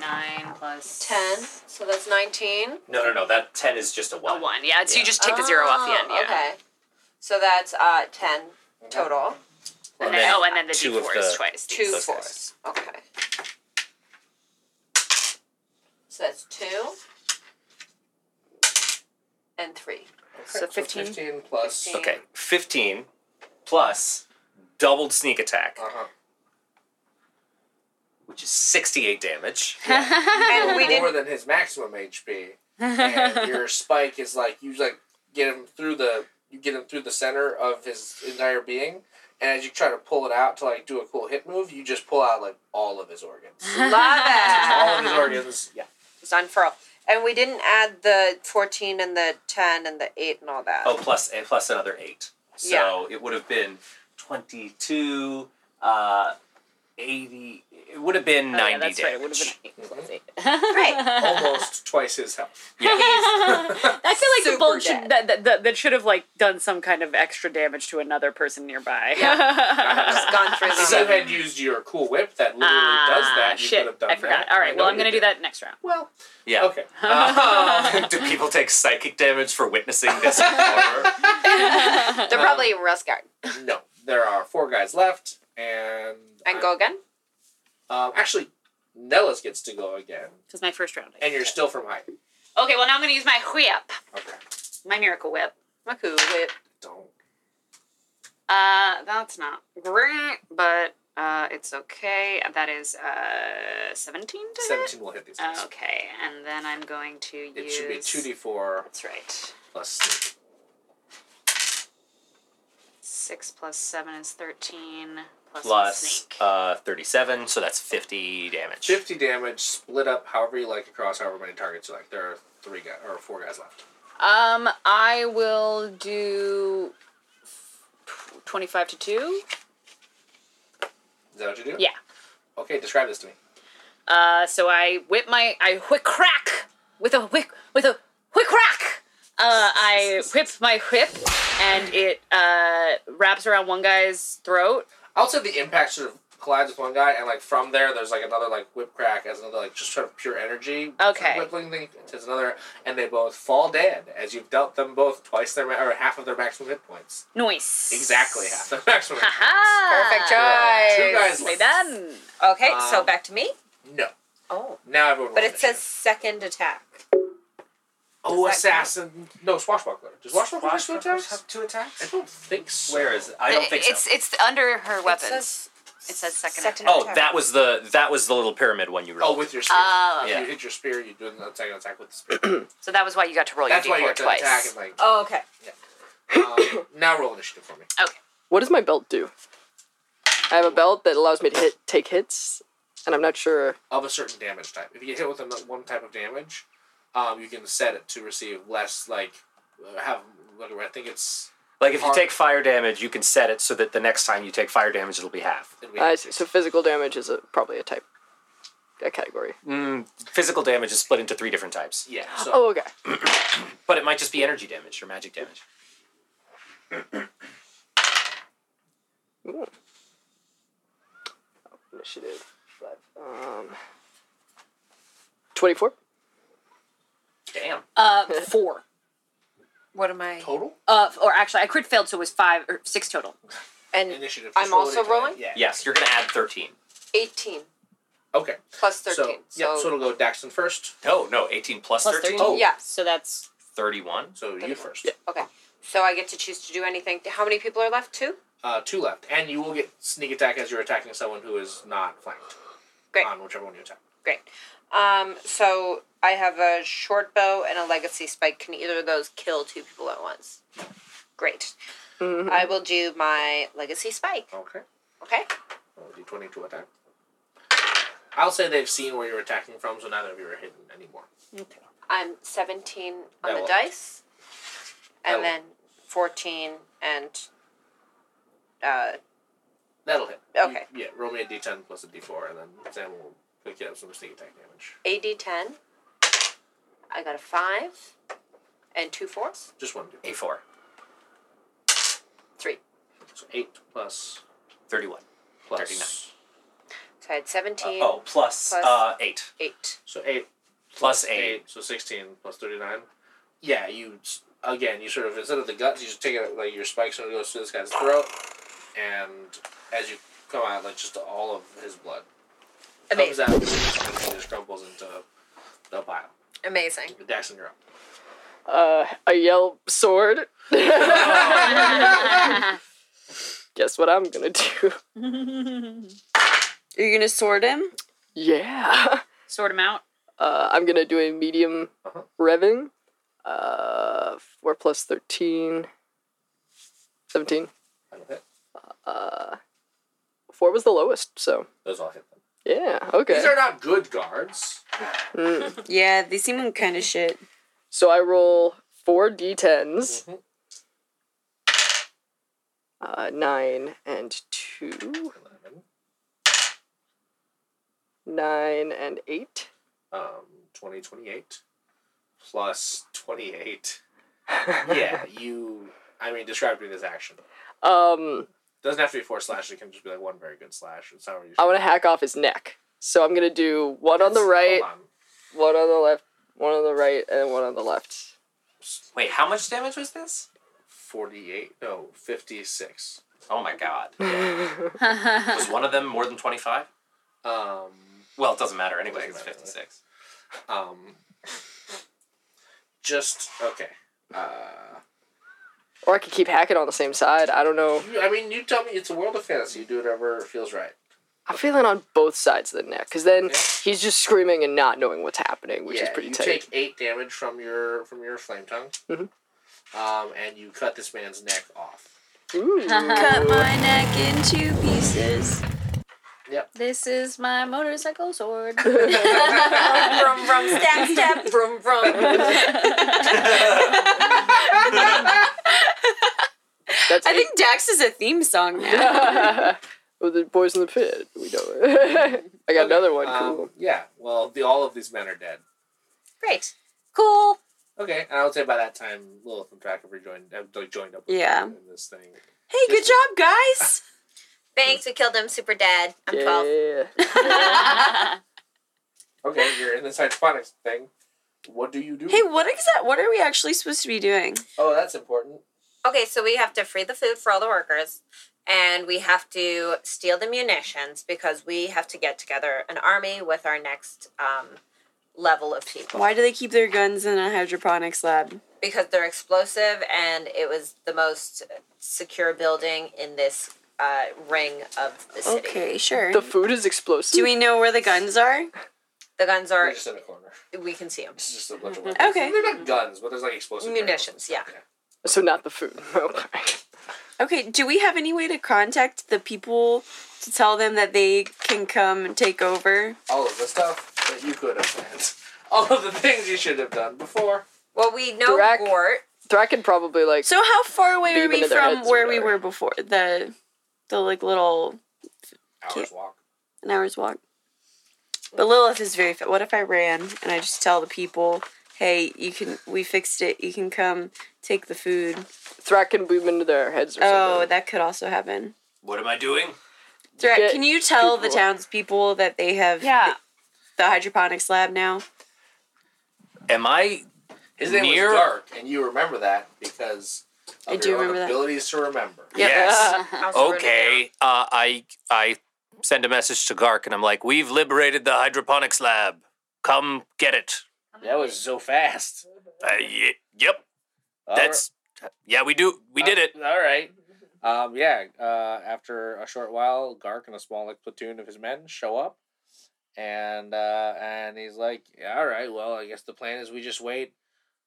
Speaker 4: Nine plus
Speaker 6: ten. So that's nineteen.
Speaker 3: No, no, no. That 10 is just a 1.
Speaker 4: a Oh, one. Yeah, it's you just take the zero off the end. Yeah.
Speaker 6: Oh, Okay. So that's uh ten total.
Speaker 4: And
Speaker 3: And
Speaker 4: then,
Speaker 3: then
Speaker 4: oh, and then the
Speaker 3: two of
Speaker 4: d4 is
Speaker 3: the-
Speaker 4: twice.
Speaker 6: Two
Speaker 3: those guys.
Speaker 6: fours. Okay. So that's two and three. So 15?
Speaker 2: 15 plus.
Speaker 6: Fifteen.
Speaker 3: Okay, 15 plus doubled sneak attack,
Speaker 2: Uh-huh.
Speaker 3: which is 68 damage.
Speaker 6: And we
Speaker 2: more
Speaker 6: didn't.
Speaker 2: than his maximum HP. And your spike is like you like get him through the you get him through the center of his entire being, and as you try to pull it out to like do a cool hit move, you just pull out like all of his organs.
Speaker 6: Love it.
Speaker 2: all of his organs. Yeah.
Speaker 6: It's unfurl. And we didn't add the 14 and the 10 and the 8 and all that.
Speaker 3: Oh, plus, and plus another 8. So
Speaker 6: Yeah.
Speaker 3: it would have been 22, uh, 80. It would have been
Speaker 4: Oh,
Speaker 3: 90
Speaker 4: yeah, that's right. It
Speaker 3: damage.
Speaker 4: would have been eight plus eight.
Speaker 6: Right.
Speaker 2: Almost twice his health.
Speaker 4: I feel like
Speaker 6: Mm-hmm. Super
Speaker 4: the bolt should
Speaker 6: dead.
Speaker 4: that, that, that, that should have like done some kind of extra damage to another person nearby.
Speaker 6: Just gone through
Speaker 2: If you
Speaker 6: them.
Speaker 2: had used your cool whip that literally does that, you
Speaker 4: Ah, shit,
Speaker 2: could have done
Speaker 4: I forgot.
Speaker 2: that.
Speaker 4: All right,
Speaker 2: know
Speaker 4: well, I'm
Speaker 2: you
Speaker 4: gonna do
Speaker 2: did. Oh.
Speaker 4: that next round.
Speaker 2: Well,
Speaker 3: Yeah.
Speaker 2: okay.
Speaker 4: Oh.
Speaker 3: Uh, do people take psychic damage for witnessing this horror?
Speaker 6: They're probably in Rust Guard.
Speaker 2: No, there are four guys left, and
Speaker 6: And go again?
Speaker 2: Um, actually, Nellis gets to go again,
Speaker 4: Because my first round. I
Speaker 2: and you're
Speaker 4: did.
Speaker 2: still from height.
Speaker 4: okay. Well, now I'm gonna use my whip,
Speaker 2: Okay.
Speaker 4: my miracle whip.
Speaker 6: My cool whip.
Speaker 2: Don't.
Speaker 4: Uh, that's not great, but uh, it's okay. That is uh, 17 to hit?
Speaker 2: 17 will hit these guys.
Speaker 4: Okay, and then I'm going to use.
Speaker 2: It should be 2d4
Speaker 4: That's right.
Speaker 2: plus sneak.
Speaker 4: Six plus seven is thirteen. Plus, plus
Speaker 3: Plus
Speaker 4: snake.
Speaker 3: uh, 37, so that's 50 damage.
Speaker 2: 50 damage, split up however you like across however many targets you like. There are three guys, or four guys left.
Speaker 4: Um, I will do tw- twenty-five to two.
Speaker 2: Is that what you do?
Speaker 4: Yeah.
Speaker 2: Okay, describe this to me.
Speaker 4: Uh, so I whip my I whip crack with a whip with a whip crack. Uh, I whip my whip, and it uh, wraps around one guy's throat.
Speaker 2: I'll say the impact sort of collides with one guy, and like from there, there's like another like whip crack as another like just sort of pure energy.
Speaker 14: Okay.
Speaker 2: Whippling thing to another, and they both fall dead as you've dealt them both twice their ma- or half of their maximum hit points.
Speaker 14: Nice.
Speaker 2: Exactly half their maximum. hit points.
Speaker 14: Ha
Speaker 6: Perfect
Speaker 2: Yeah.
Speaker 6: choice.
Speaker 2: Two
Speaker 14: Nicely
Speaker 2: guys left.
Speaker 14: done.
Speaker 6: Okay, so
Speaker 2: Um,
Speaker 6: back to me.
Speaker 2: No.
Speaker 6: Oh.
Speaker 2: Now everyone.
Speaker 6: But
Speaker 2: roll
Speaker 6: it says second attack.
Speaker 2: Oh,
Speaker 6: Does that count?
Speaker 2: assassin! No, swashbuckler. Does swashbuckler have two attacks? Have
Speaker 8: two attacks?
Speaker 2: I don't think so.
Speaker 8: Where is it? I don't think so.
Speaker 10: it's it's under her weapons. It says, second. attack.
Speaker 8: oh, that was the that was the little pyramid one you rolled.
Speaker 2: Oh, with your spear.
Speaker 10: Oh.
Speaker 2: If
Speaker 8: Yeah.
Speaker 2: you hit your spear, you do an attack attack with the spear.
Speaker 10: So that was why you got to roll
Speaker 2: That's
Speaker 10: your d4
Speaker 2: why you got to
Speaker 10: twice.
Speaker 2: attack and like.
Speaker 6: Oh, okay.
Speaker 2: Um, now roll initiative for me.
Speaker 5: What does my belt do? I have a belt that allows me to hit take hits, and I'm not sure.
Speaker 2: Of a certain damage type. If you get hit with a- one type of damage, um, you can set it to receive less like uh, have whatever. I think it's
Speaker 8: Like if you
Speaker 2: Har-
Speaker 8: take fire damage, you can set it so that the next time you take fire damage, it'll be half.
Speaker 2: it'll be-
Speaker 5: I see. So physical damage is a, probably a type, a category.
Speaker 8: Mm, physical damage is split into three different types,
Speaker 2: yeah. So
Speaker 5: Oh, okay.
Speaker 8: but it might just be energy damage or magic damage.
Speaker 5: Ooh. Initiative five. Um, twenty-four.
Speaker 8: Damn.
Speaker 14: Uh, four.
Speaker 6: What am I?
Speaker 2: total
Speaker 4: Oh,
Speaker 14: Uh, or actually, I crit failed, so it was five or six total.
Speaker 6: And
Speaker 2: initiative.
Speaker 6: I'm
Speaker 2: Just roll
Speaker 6: also
Speaker 2: anytime.
Speaker 6: rolling?
Speaker 2: Yeah.
Speaker 8: Yes, you're gonna add thirteen.
Speaker 6: 18
Speaker 2: Okay.
Speaker 6: plus 13.
Speaker 2: So, yeah. So it'll go Daxton first.
Speaker 8: No, no, eighteen plus,
Speaker 14: Plus
Speaker 8: 13?
Speaker 14: 13.
Speaker 2: Oh.
Speaker 6: yeah.
Speaker 14: So that's
Speaker 8: Thirty-one.
Speaker 2: So you first.
Speaker 6: Okay. So I get to choose to do anything. How many people are left? Two?
Speaker 2: Uh, two left, and you will get sneak attack as you're attacking someone who is not flanked.
Speaker 6: Great.
Speaker 2: On whichever one you attack.
Speaker 6: Great. Um, so I have a short bow and a legacy spike. Can either of those kill two people at once? Great. I will do my legacy spike.
Speaker 2: Okay.
Speaker 6: Okay.
Speaker 2: Roll a d20 to attack. I'll say they've seen where you're attacking from, so neither of you are hidden anymore.
Speaker 6: I'm 17 on
Speaker 2: That
Speaker 6: the
Speaker 2: will-
Speaker 6: dice,
Speaker 2: that
Speaker 6: and
Speaker 2: will-
Speaker 6: then 14 and. Uh,
Speaker 2: That'll hit.
Speaker 6: Okay.
Speaker 2: You- yeah, roll me a d10 plus a d4, and then Sam will pick you up some sneak attack damage.
Speaker 6: AD 10. I got a 5 and 2 fours.
Speaker 2: Just one d
Speaker 8: A four.
Speaker 6: 3.
Speaker 2: So 8 plus.
Speaker 8: Thirty-one.
Speaker 2: plus-
Speaker 8: 39.
Speaker 6: So I had 17,
Speaker 8: Oh, plus,
Speaker 6: Plus-
Speaker 8: uh, eight.
Speaker 6: 8.
Speaker 2: So 8
Speaker 8: Plus
Speaker 2: eight,
Speaker 8: eight.
Speaker 2: so 16 plus 39. Yeah, you. s- Again, you sort of. Instead of the guts, you just take it, like, your spikes and it goes through this guy's throat, and as you come out, like, just all of his blood comes
Speaker 6: Amazing.
Speaker 2: out and just crumbles into the pile.
Speaker 6: Amazing.
Speaker 2: Daxon, you're up.
Speaker 5: Uh, I yell sword. Guess what I'm gonna do?
Speaker 7: Are you gonna sword him?
Speaker 5: Yeah.
Speaker 14: Sort them out.
Speaker 5: Uh, I'm gonna do a medium
Speaker 2: Uh-huh.
Speaker 5: revving. Uh, four plus 13. 17.
Speaker 2: That'll hit.
Speaker 5: Uh, four was the lowest, so
Speaker 2: Those all hit them.
Speaker 5: yeah, okay.
Speaker 2: These are not good guards.
Speaker 5: Mm.
Speaker 7: Yeah, they seem kind of shit.
Speaker 5: So I roll four d10s,
Speaker 2: Mm-hmm.
Speaker 5: uh, nine and two,
Speaker 2: Eleven.
Speaker 5: nine and eight.
Speaker 2: Um, 20, 28. Plus 28. yeah, you. I mean, describe to me this action.
Speaker 5: Um,
Speaker 2: Doesn't have to be four slash. It can just be like one very good slash. It's however you.
Speaker 5: I want to hack off his neck. So I'm gonna do one on the right,
Speaker 2: Hold on.
Speaker 5: one on the left, one on the right, and one on the left.
Speaker 8: Wait, how much damage was this?
Speaker 2: Forty-eight. No, fifty-six.
Speaker 8: Oh my god.
Speaker 14: That's
Speaker 8: Was one of them more than twenty-five?
Speaker 2: Um.
Speaker 8: Well, it doesn't matter anyway. It's
Speaker 2: Doesn't matter.
Speaker 8: fifty-six.
Speaker 2: Um. Just okay. Uh,
Speaker 5: Or I could keep hacking on the same side. I don't know.
Speaker 2: you- I mean, you tell me. It's a world of fantasy. You do whatever feels right.
Speaker 5: I'm feeling on both sides of the neck because then
Speaker 2: Yeah.
Speaker 5: he's just screaming and not knowing what's happening, which is
Speaker 2: Yeah,
Speaker 5: pretty
Speaker 2: you
Speaker 5: tight.
Speaker 2: take eight damage from your from your flame tongue,
Speaker 5: Mhm.
Speaker 2: um, and you cut this man's neck off.
Speaker 5: Ooh.
Speaker 7: Cut my neck in two pieces.
Speaker 14: This is my motorcycle sword.
Speaker 11: Vroom, vroom, stab, stab, vroom, vroom.
Speaker 5: That's
Speaker 7: I think Dax is a theme song now.
Speaker 5: oh, the boys in the pit. We know it. I got another one.
Speaker 2: Um,
Speaker 5: cool.
Speaker 2: Yeah. Well, the, all of these men are dead.
Speaker 6: Great.
Speaker 14: cool.
Speaker 2: Okay, and I would say by that time, Lilith and Tracker joined, have like joined uh, up. With
Speaker 7: Yeah.
Speaker 2: you in this thing.
Speaker 7: hey, good job, guys.
Speaker 6: Thanks, we killed him. Super dad. I'm 12.
Speaker 15: Okay, you're in this hydroponics thing. What do you do?
Speaker 7: Hey, what is that? What are we actually supposed to be doing?
Speaker 15: Oh, that's important.
Speaker 6: Okay, so we have to free the food for all the workers, and we have to steal the munitions because we have to get together an army with our next um, level of people.
Speaker 7: Why do they keep their guns in a hydroponics lab?
Speaker 6: Because they're explosive, and it was the most secure building in this uh, ring of the city.
Speaker 7: Okay, sure.
Speaker 5: The food is explosive.
Speaker 7: Do we know where the guns are?
Speaker 6: The guns are.
Speaker 15: They're just in a corner.
Speaker 6: We can see them.
Speaker 15: It's just a bunch of weapons.
Speaker 7: Mm-hmm. Okay.
Speaker 15: They're not guns, but there's like explosive
Speaker 6: Munitions, yeah.
Speaker 5: So not the food. Oh, Okay.
Speaker 7: Okay, do we have any way to contact the people to tell them that they can come and take over?
Speaker 15: All of the stuff that you could have planned. All of the things you should have done before.
Speaker 6: Well, we know
Speaker 5: Drac-
Speaker 6: Gort.
Speaker 5: Thrak could probably like.
Speaker 7: So how far away are
Speaker 5: Beam
Speaker 7: we
Speaker 5: into their
Speaker 7: from
Speaker 5: heads or
Speaker 7: where we were before? The the like little
Speaker 15: Hours walk.
Speaker 7: an hour's walk. But Lilith is very fit. What if I ran and I just tell the people, "Hey, you can we fixed it. You can come take the food."
Speaker 5: Thrak can boom into their heads or
Speaker 7: Oh,
Speaker 5: something.
Speaker 7: that could also happen.
Speaker 3: What am I doing?
Speaker 7: Thrak,
Speaker 5: Get
Speaker 7: can you tell the
Speaker 5: people-
Speaker 7: townspeople that they have
Speaker 16: Yeah.
Speaker 7: the, the hydroponics lab now?
Speaker 3: Am I
Speaker 15: His name
Speaker 3: near?
Speaker 15: was Dark, and you remember that because of
Speaker 7: I
Speaker 15: your
Speaker 7: do
Speaker 15: own
Speaker 7: remember that.
Speaker 15: abilities to remember.
Speaker 3: Yes.
Speaker 6: I was rooting
Speaker 3: okay. Uh, I I send a message to Gark and I'm like, "We've liberated the hydroponics lab. Come get it."
Speaker 2: That was so fast.
Speaker 3: Uh, y- yep.
Speaker 2: All
Speaker 3: That's yeah. We do. We did it.
Speaker 2: right. Uh, All right. Um, yeah. Uh, after a short while, Gark and a small like platoon of his men show up, and uh, and he's like, "Yeah, "All right. Well, I guess the plan is we just wait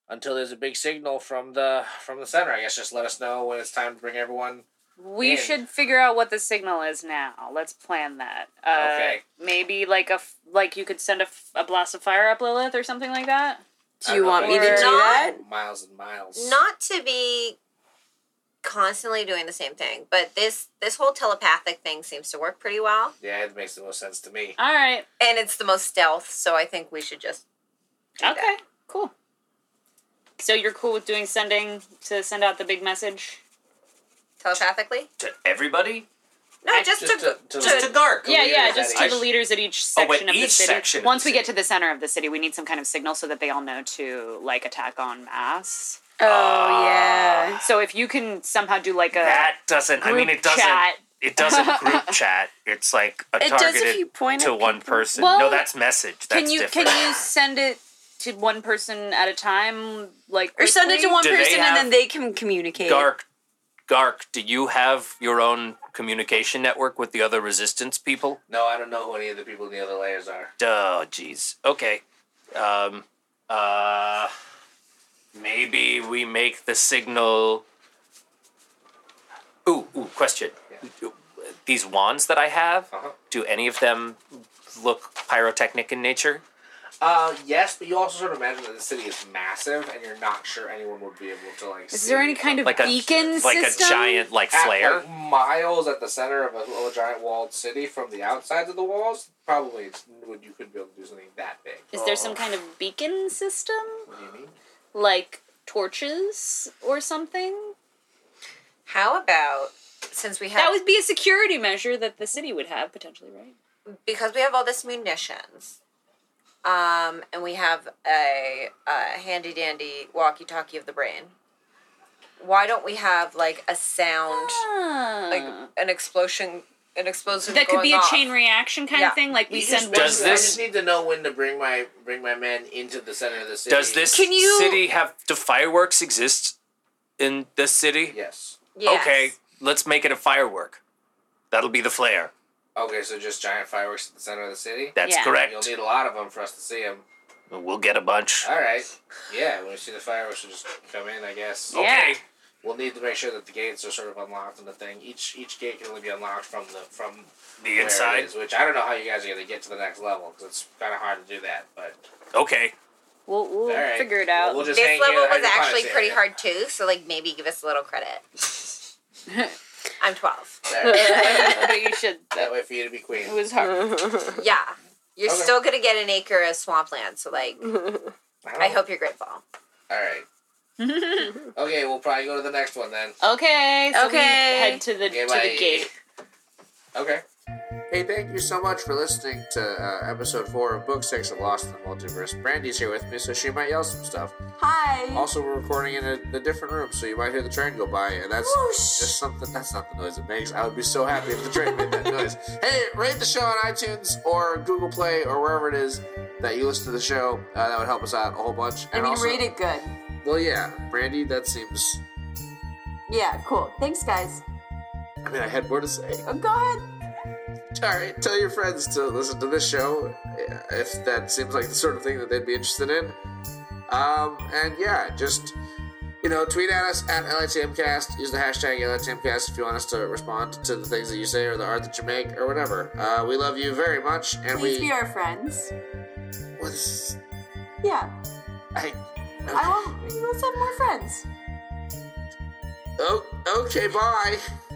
Speaker 2: until there's a big signal from the from the center. I guess just let us know when it's time to bring everyone."
Speaker 4: We
Speaker 2: Yeah.
Speaker 4: should figure out what the signal is now. Let's plan that. Uh,
Speaker 2: Okay.
Speaker 4: Maybe like a f- like you could send a, f- a blast of fire up Lilith or something like that.
Speaker 7: Do you want me to do
Speaker 6: Or-
Speaker 7: that?
Speaker 2: Miles and miles.
Speaker 6: not to be constantly doing the same thing but this this whole telepathic thing seems to work pretty well
Speaker 2: Yeah, it makes the most sense to me.
Speaker 4: All right.
Speaker 6: and it's the most stealth so i think we should just do
Speaker 4: Okay.
Speaker 6: that.
Speaker 4: Cool. So you're cool with doing sending to send out the big message?
Speaker 6: telepathically
Speaker 3: To everybody.
Speaker 6: no just,
Speaker 2: Just
Speaker 6: to,
Speaker 2: to- to-
Speaker 6: to-
Speaker 3: Just to Gark.
Speaker 4: yeah, yeah,
Speaker 2: leaders
Speaker 4: just
Speaker 2: at
Speaker 4: to the
Speaker 2: each-
Speaker 4: leaders at each
Speaker 3: Oh, at
Speaker 4: section of the
Speaker 3: each
Speaker 4: city.
Speaker 3: section of
Speaker 4: Once
Speaker 3: the
Speaker 4: we get to the center of the city, we need some kind of signal so that they all know to like attack on mass.
Speaker 7: Oh
Speaker 3: Uh,
Speaker 7: yeah.
Speaker 4: So if you can somehow do like a
Speaker 3: That doesn't. I mean,
Speaker 4: group
Speaker 3: it doesn't.
Speaker 4: chat.
Speaker 3: It doesn't group chat. It's like a
Speaker 7: It does if
Speaker 3: targeted
Speaker 7: you point
Speaker 3: to
Speaker 7: at
Speaker 3: one
Speaker 7: people.
Speaker 3: person.
Speaker 4: Well,
Speaker 3: no, that's message. That's
Speaker 4: can you
Speaker 3: different.
Speaker 4: can you send it to one person at a time like
Speaker 7: Or send it to
Speaker 4: quickly?
Speaker 7: one
Speaker 3: Do they
Speaker 7: person and
Speaker 3: have
Speaker 7: then they can communicate.
Speaker 3: Gark, Gark, do you have your own communication network with the other resistance people?
Speaker 2: No, I don't know who any of the people in the other layers are.
Speaker 3: Oh, jeez. Okay. Um, uh, maybe we make the signal. Ooh, ooh, question. These wands that I have,
Speaker 2: Uh-huh.
Speaker 3: do any of them look pyrotechnic in nature?
Speaker 15: Uh, yes, but you also sort of imagine that the city is massive, and you're not sure anyone would be able to like.
Speaker 4: Is there any kind of
Speaker 3: Like a-
Speaker 4: beacon
Speaker 3: Like
Speaker 4: system?
Speaker 3: a giant, like,
Speaker 15: at,
Speaker 3: flare?
Speaker 15: like, miles at the center of a, of a giant walled city from the outsides of the walls? Probably, it's, would you couldn't be able to do something that big.
Speaker 4: Is there some kind of beacon system?
Speaker 15: What do you mean?
Speaker 4: Like torches or something?
Speaker 6: how about since we have
Speaker 4: That would be a security measure that the city would have potentially, right?
Speaker 6: because we have all this munitions um and we have a, a handy dandy walkie talkie of the brain why don't we have like a sound like
Speaker 4: Ah.
Speaker 6: an explosion an explosion
Speaker 4: that could be
Speaker 6: going
Speaker 4: a
Speaker 6: off.
Speaker 4: chain reaction kind
Speaker 6: Yeah.
Speaker 4: of thing. Like we
Speaker 2: You
Speaker 4: send
Speaker 2: just-
Speaker 4: one.
Speaker 3: Does
Speaker 2: I
Speaker 3: this-
Speaker 2: just need to know when to bring my bring my men into the center of the city.
Speaker 3: Does this
Speaker 6: Can you-
Speaker 3: city have. Do fireworks exist in this city?
Speaker 2: Yes.
Speaker 6: Yes.
Speaker 3: Okay, let's make it a firework. That'll be the flare.
Speaker 2: Okay, so just giant fireworks at the center of the city.
Speaker 3: That's
Speaker 4: Yeah.
Speaker 3: correct.
Speaker 2: You'll need a lot of them for us to see them.
Speaker 3: We'll get a bunch.
Speaker 2: All right. Yeah, when we see the fireworks, we'll just come in. I guess.
Speaker 4: Yeah.
Speaker 2: We'll need to make sure that the gates are sort of unlocked and the thing. Each each gate can only be unlocked from the from
Speaker 3: The
Speaker 2: where it
Speaker 3: inside.
Speaker 2: is, which I don't know how you guys are gonna get to the next level because it's kind of hard to do that. But
Speaker 3: Okay.
Speaker 4: We'll, we'll
Speaker 2: all right,
Speaker 4: figure it
Speaker 2: Well,
Speaker 4: out.
Speaker 2: we'll just hang
Speaker 6: this
Speaker 2: here
Speaker 6: level
Speaker 2: in
Speaker 6: was
Speaker 2: the hydroponics
Speaker 6: actually pretty
Speaker 2: area.
Speaker 6: hard too so like maybe give us a little credit i'm 12
Speaker 4: but you should.
Speaker 2: That way for you to be queen.
Speaker 4: It was hard.
Speaker 6: yeah you're
Speaker 2: Okay.
Speaker 6: still gonna get an acre of swampland so like i
Speaker 2: Mm-hmm.
Speaker 6: hope you're grateful
Speaker 2: All right. okay, we'll probably go to the next one then.
Speaker 4: Okay. So we
Speaker 6: Okay.
Speaker 4: head to the to the
Speaker 2: Goodbye.
Speaker 4: gate.
Speaker 2: Okay. Hey, thank you so much for listening to uh, episode four of Book Six of Lost in the Multiverse. Brandy's here with me, so she might yell some stuff.
Speaker 11: Hi.
Speaker 2: Also, we're recording in a, a different room, so you might hear the train go by, and that's just something. That's not the noise it makes. I would be so happy if the train made that noise. Hey, rate the show on iTunes or Google Play or wherever it is that you listen to the show. Uh, that would help us out a whole bunch.
Speaker 11: And, you read it good.
Speaker 2: Well, yeah, Brandy, that seems.
Speaker 11: Yeah, cool. Thanks, guys.
Speaker 2: I mean, I had more to say.
Speaker 11: Oh, go ahead.
Speaker 2: All right, tell your friends to listen to this show uh, if that seems like the sort of thing that they'd be interested in. Um, and yeah, just you know, tweet at us at LATMcast. Use the hashtag LATMcast if you want us to respond to the things that you say or the art that you make or whatever. Uh, we love you very much, and
Speaker 11: Please
Speaker 2: we
Speaker 11: be our friends.
Speaker 2: Well, this-
Speaker 11: Yeah.
Speaker 2: I.
Speaker 11: I want. Let's have more friends.
Speaker 2: Oh, okay, bye.